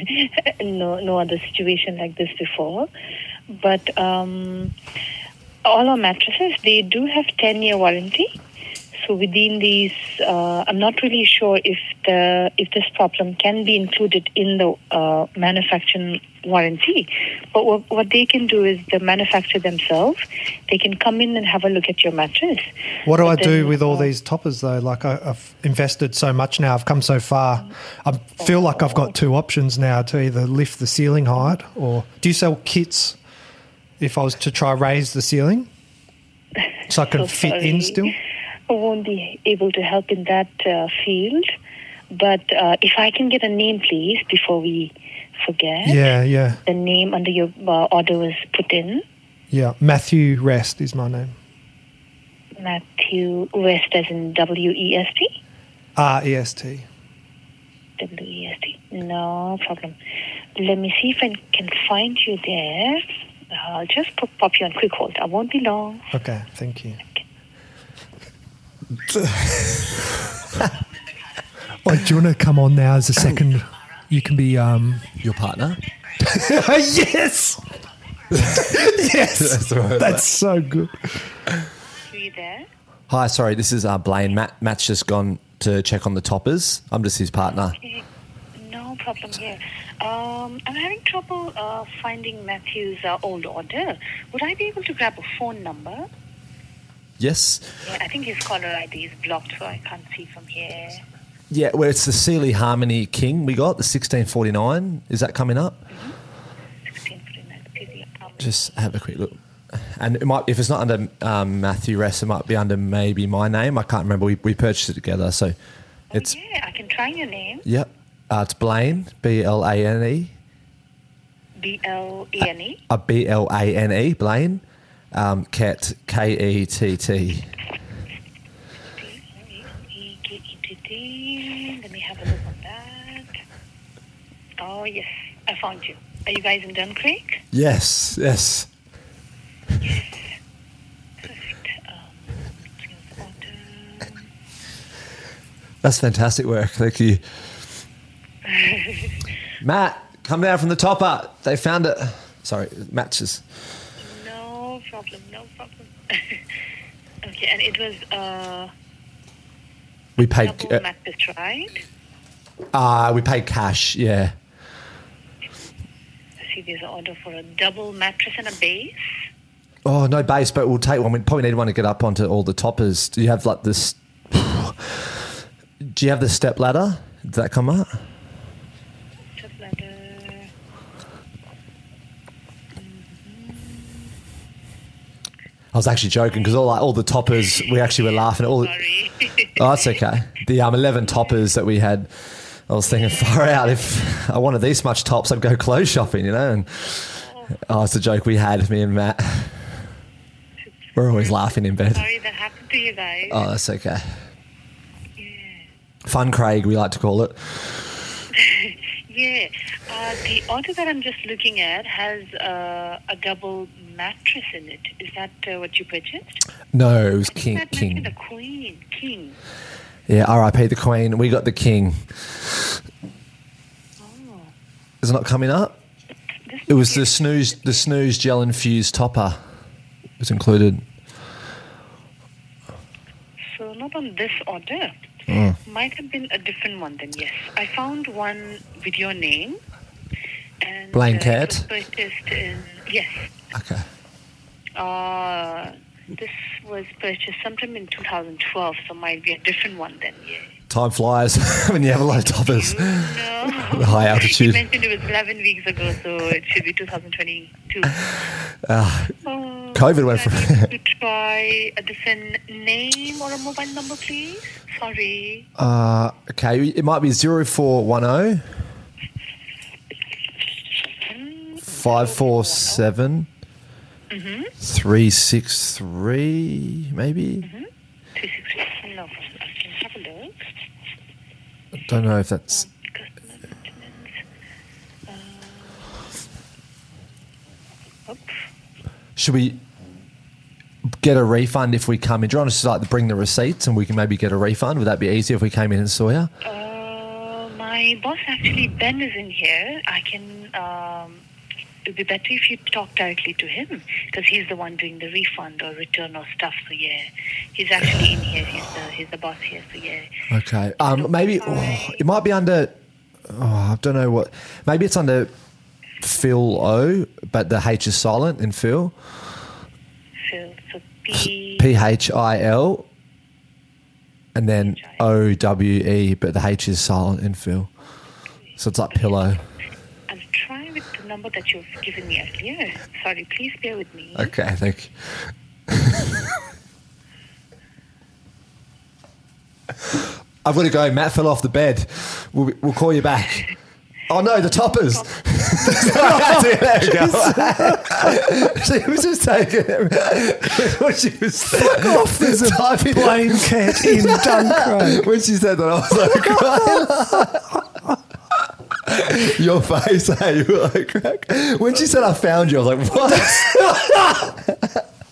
Speaker 4: *laughs* no, no other situation like this before. But um, all our mattresses, they do have ten-year warranty. So within these, uh, I'm not really sure if the if this problem can be included in the uh, manufacturing warranty. But what, what they can do is the manufacturer themselves, they can come in and have a look at your mattress.
Speaker 1: What do
Speaker 4: But
Speaker 1: I do
Speaker 4: then,
Speaker 1: with all
Speaker 4: uh,
Speaker 1: these toppers though? Like I, I've invested so much now, I've come so far. I feel like I've got two options now to either lift the ceiling height or do you sell kits if I was to try raise the ceiling so I can
Speaker 4: So
Speaker 1: fit
Speaker 4: sorry.
Speaker 1: in still?
Speaker 4: I won't be able to help in that uh, field. But uh, if I can get a name, please, before we forget.
Speaker 1: Yeah, yeah,
Speaker 4: The name under your uh, order was put in
Speaker 1: yeah. Matthew Rest is my name.
Speaker 4: Matthew West, as in W E S T.
Speaker 1: R E S T.
Speaker 4: W E S T. No problem. Let me see if I can find you there. I'll just pop, pop you on quick hold. I won't be long.
Speaker 1: Okay, thank *laughs* you. oh, do you want to come on now as a second? You can be um,
Speaker 2: Your partner?
Speaker 1: *laughs* yes. yes.
Speaker 2: *laughs* That's right.
Speaker 1: That's so good.
Speaker 4: Are you there?
Speaker 2: Hi, sorry. This is uh, Blaine. Matt, Matt's just gone to check on the toppers. I'm just his partner.
Speaker 4: No problem here. Um, I'm having trouble uh, finding Matthew's uh, old order. Would I be able to grab a phone number?
Speaker 2: Yes.
Speaker 4: Yeah, I think his caller ID is blocked, so I can't see from here.
Speaker 2: Yeah, well, it's the Sealy Harmony King we got, the 1649. Is that coming up?
Speaker 4: 1649. Okay, the, um,
Speaker 2: Just have a quick look. And it might, if it's not under um, Matthew Rest, it might be under maybe my name. I can't remember. We, we purchased it together. So it's,
Speaker 4: yeah, I can try your name.
Speaker 2: yep. Uh, it's Blaine, B L A N E.
Speaker 4: B L A N E.
Speaker 2: A B L A N E, Blaine. Um, Ket, K E T T.
Speaker 4: E Let me have a look on that. Oh, yes, I found you. Are you guys in Duncraig?
Speaker 2: Yes, yes.
Speaker 4: Perfect. Um, skills order.
Speaker 2: That's fantastic work. Thank you. Matt, come down from the top up. They found it. Sorry, matches.
Speaker 4: No problem, no problem. *laughs* okay, and it was uh,
Speaker 2: We paid.
Speaker 4: double
Speaker 2: Uh,
Speaker 4: mattress, right?
Speaker 2: ah, we paid cash. Yeah.
Speaker 4: I see there's an order for a double mattress and a base.
Speaker 2: Oh no, base, but we'll take one. We probably need one to get up onto all the toppers. Do you have like this? *sighs* Do you have the step ladder? Did that come up?
Speaker 4: Step ladder.
Speaker 2: I was actually joking because all like, all the toppers we actually were laughing at all.
Speaker 4: Sorry. *laughs*
Speaker 2: Oh, that's okay. The um, eleven toppers that we had, I was thinking far out. If I wanted these much tops, I'd go clothes shopping, you know. And oh, it's a joke we had, me and Matt. We're always laughing in bed.
Speaker 4: Sorry that happened to you guys.
Speaker 2: Oh, that's okay. Fun Craig, we like to call it.
Speaker 4: Yeah, uh, the order that I'm just looking at has uh, a double mattress in it. Is that uh, what you purchased?
Speaker 2: No, it was King.
Speaker 4: That
Speaker 2: King.
Speaker 4: mattress, a queen, king.
Speaker 2: Yeah, RIP the Queen. We got the King. Is it not coming up?
Speaker 4: This
Speaker 2: It was
Speaker 4: looks
Speaker 2: the snooze, the snooze gel infused topper. It was included.
Speaker 4: So not on this order. Might have been a different one then, yes. I found one with your name. And, Uh, it
Speaker 2: Blanket.
Speaker 4: was purchased in, yes.
Speaker 2: Okay.
Speaker 4: Uh, this was purchased sometime in 2012, so might be a different one then, yeah.
Speaker 2: Time flies *laughs* when you have a lot of toppers.
Speaker 4: No.
Speaker 2: The high
Speaker 4: You
Speaker 2: altitude.
Speaker 4: mentioned it was 11 weeks ago, so it should be 2022. Oh,
Speaker 2: COVID went
Speaker 4: can
Speaker 2: for-
Speaker 4: I need to try a different name or a mobile number, please. Sorry.
Speaker 2: *laughs* Uh, okay, it might be 0410
Speaker 4: Mm.
Speaker 2: 547 363, maybe?
Speaker 4: Uh, 363. No, I can have a look.
Speaker 2: I don't know if that's.
Speaker 4: Customer maintenance. Uh, oops.
Speaker 2: Should we get a refund if we come in? Do you want us to like bring the receipts and we can maybe get a refund? Would that be easier if we came in and saw you?
Speaker 4: Uh, my boss actually, Ben, is in here. I can. Um, it would be better if you talk directly to him because he's the one doing the refund or return or stuff. So yeah, he's actually in here. He's the he's the boss here. So yeah.
Speaker 2: Okay. Um, maybe oh, it might be under. Oh, I don't know what. Maybe it's under Phil O, but the H is silent in Phil.
Speaker 4: So so P.
Speaker 2: P H I L, and then O W E, but the H is silent in Phil. So it's like pillow.
Speaker 4: I'll try with the number that you've given me earlier. Sorry, please bear with me.
Speaker 2: Okay, thank you. I've got to go. Matt fell off the bed. We'll, be- we'll call you back. Oh no, the toppers. Sorry, there we go. *laughs* she was just taking it. *laughs* When she was Fuck off, there's a typing
Speaker 1: Blanket *laughs* in Dunkirk.
Speaker 2: *laughs* When she said that, I was like, crying. *laughs* Your face, hey, you were like, crack. When she said I found you, I was like, what?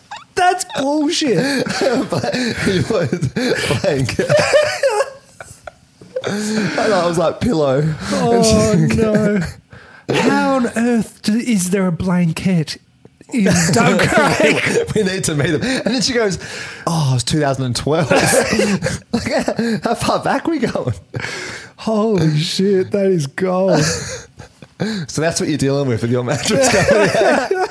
Speaker 1: *laughs* That's bullshit.
Speaker 2: *laughs* He was blank. *laughs* and I was like pillow.
Speaker 1: Oh no! How on earth do, is there a blanket in Dunkirk?
Speaker 2: *laughs* we need to meet him. And then she goes, "Oh, it's 2012. *laughs* like, how far back we going?"
Speaker 1: *laughs* Holy shit! That is gold.
Speaker 2: So that's what you're dealing with with your mattress. company.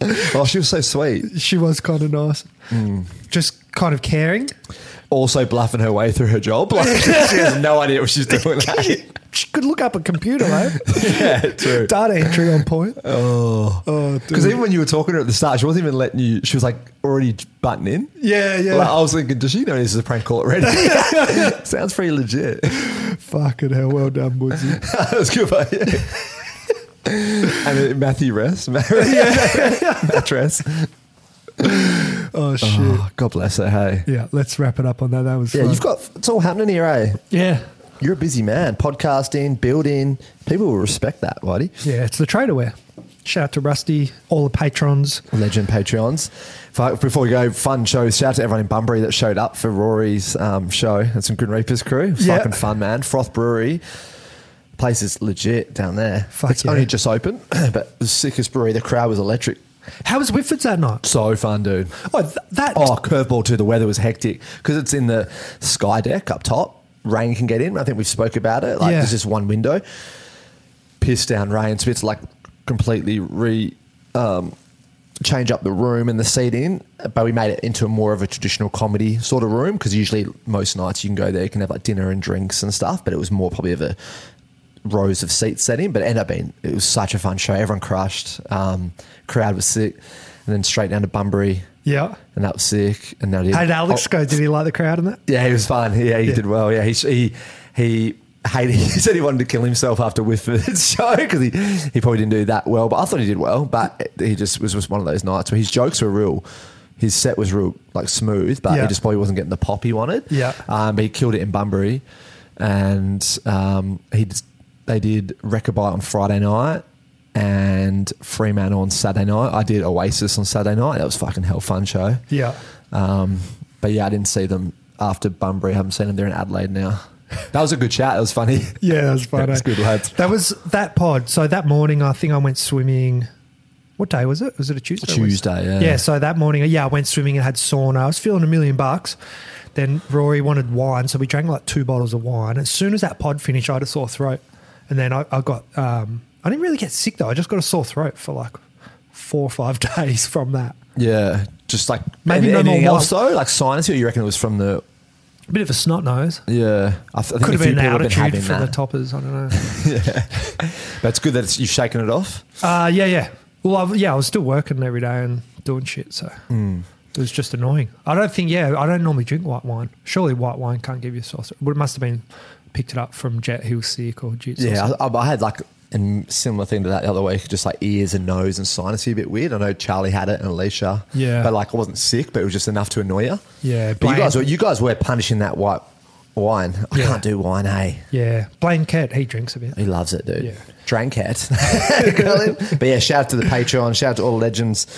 Speaker 2: *laughs* oh, she was so sweet.
Speaker 1: She was kind of nice.
Speaker 2: Hmm.
Speaker 1: Just kind of caring.
Speaker 2: Also bluffing her way through her job. Like she has no idea what she's *laughs* doing. Like,
Speaker 1: She could look up a computer, mate.
Speaker 2: yeah, *laughs* true.
Speaker 1: Data entry on point.
Speaker 2: Oh,
Speaker 1: Oh,
Speaker 2: because
Speaker 1: dude.
Speaker 2: even when you were talking to her at the start, she wasn't even letting you. She was like already butting in.
Speaker 1: Yeah, yeah.
Speaker 2: Like, I was thinking, does she know this is a prank call *laughs* already? Sounds pretty legit. *laughs*
Speaker 1: Fucking hell! Well done, Woodsy.
Speaker 2: *laughs* That's good. Mate. and Matthew Rest. *laughs* Mattress.
Speaker 1: Oh shit.
Speaker 2: Oh, God bless her, hey.
Speaker 1: Yeah, let's wrap it up on that. That was
Speaker 2: Yeah,
Speaker 1: fun.
Speaker 2: you've got it's all happening here, eh?
Speaker 1: yeah.
Speaker 2: You're a busy man. Podcasting, building. People will respect that, Whitey.
Speaker 1: Yeah, it's the trader wear. Shout out to Rusty, all the patrons.
Speaker 2: Legend Patreons. Fuck, Before we go, fun shows. Shout out to everyone in Bunbury that showed up for Rory's um, show and some Grim Reapers crew. It was
Speaker 1: Yeah.
Speaker 2: Fucking fun, man. Froth Brewery. Place is legit down there.
Speaker 1: Fuck
Speaker 2: it's
Speaker 1: yeah.
Speaker 2: only just open, *clears throat* but the sickest brewery. The crowd was electric.
Speaker 1: How was Whitford's that night?
Speaker 2: So fun, dude.
Speaker 1: Oh, th- that
Speaker 2: Oh, curveball too. The weather was hectic because it's in the sky deck up top. Rain can get in. I think we've spoke about it. Like
Speaker 1: Yeah.
Speaker 2: there's just one window. Piss down rain, so it's like completely re um, change up the room and the seating. But we made it into a more of a traditional comedy sort of room because usually most nights you can go there, you can have like dinner and drinks and stuff. But it was more probably of a rows of seats setting. But it ended up being it was such a fun show. Everyone crushed. Um, crowd was sick, and then straight down to Bunbury
Speaker 1: yeah.
Speaker 2: and that was sick. And now he,
Speaker 1: How did Alex
Speaker 2: Oh,
Speaker 1: go? Did he like the crowd in that?
Speaker 2: Yeah, he was fine. Yeah, he
Speaker 1: Yeah.
Speaker 2: did well. Yeah, he he he. Hated, *laughs* he said he wanted to kill himself after Whitford's *laughs* show because he, he probably didn't do that well. But I thought he did well. But he just was just one of those nights where his jokes were real, his set was real like smooth, but
Speaker 1: Yeah.
Speaker 2: he just probably wasn't getting the pop he wanted.
Speaker 1: Yeah.
Speaker 2: um, but he killed it in Bunbury, and um, he just, they did Wreckabite on Friday night and Fremantle on Saturday night. I did Oasis on Saturday night. That was fucking hell fun show.
Speaker 1: Yeah.
Speaker 2: Um, but yeah, I didn't see them after Bunbury. I haven't seen them. They're in Adelaide now. *laughs* That was a good chat. That was funny.
Speaker 1: Yeah, that was fun.
Speaker 2: *laughs* That was
Speaker 1: eh?
Speaker 2: good, lads.
Speaker 1: That was that pod. So that morning, I think I went swimming. What day was it? Was it a Tuesday? or Wednesday?
Speaker 2: Tuesday, yeah.
Speaker 1: Yeah. So that morning, yeah, I went swimming and had sauna. I was feeling a million bucks. Then Rory wanted wine, so we drank like two bottles of wine. As soon as that pod finished, I had a sore throat, and then I, I got. Um, I didn't really get sick though. I just got a sore throat for like four or five *laughs* days from that.
Speaker 2: Yeah, just like
Speaker 1: Maybe
Speaker 2: any-
Speaker 1: no more
Speaker 2: anything else
Speaker 1: wine.
Speaker 2: though, like sinus. Or you reckon it was from the
Speaker 1: Bit of a snot nose.
Speaker 2: yeah? I, th- I think
Speaker 1: Could
Speaker 2: a
Speaker 1: have
Speaker 2: few
Speaker 1: been an
Speaker 2: people have been having
Speaker 1: altitude for the
Speaker 2: that.
Speaker 1: toppers. I
Speaker 2: *laughs*
Speaker 1: don't know.
Speaker 2: But it's good that it's, you've shaken it off.
Speaker 1: Uh, yeah, yeah. Well, I, yeah, I was still working every day and doing shit, so
Speaker 2: Hmm.
Speaker 1: it was just annoying. I don't think, yeah, I don't normally drink white wine. Surely white wine can't give you sauce. But it must have been picked it up from Jet Hill Sick or Jet
Speaker 2: Yeah, I, I had like a similar thing to that the other week, just like ears and nose and sinus a bit weird. I know Charlie had it and Alicia.
Speaker 1: Yeah.
Speaker 2: But like I wasn't sick, but it was just enough to annoy you.
Speaker 1: Yeah,
Speaker 2: But you
Speaker 1: blame-
Speaker 2: guys, were, you guys were punishing that white wine. I
Speaker 1: Yeah.
Speaker 2: can't do wine, hey.
Speaker 1: Yeah. Blaine Cat, he drinks a bit.
Speaker 2: He loves it, dude.
Speaker 1: Yeah.
Speaker 2: Drank it. *laughs* but yeah, shout out to the Patreon. Shout out to all the legends,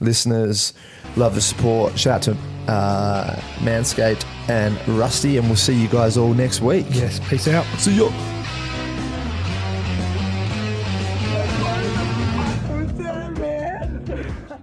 Speaker 2: listeners. Love the support. Shout out to uh, Manscaped and Rusty. And we'll see you guys all next week.
Speaker 1: Yes, peace out.
Speaker 2: See you.
Speaker 3: Who's there, man?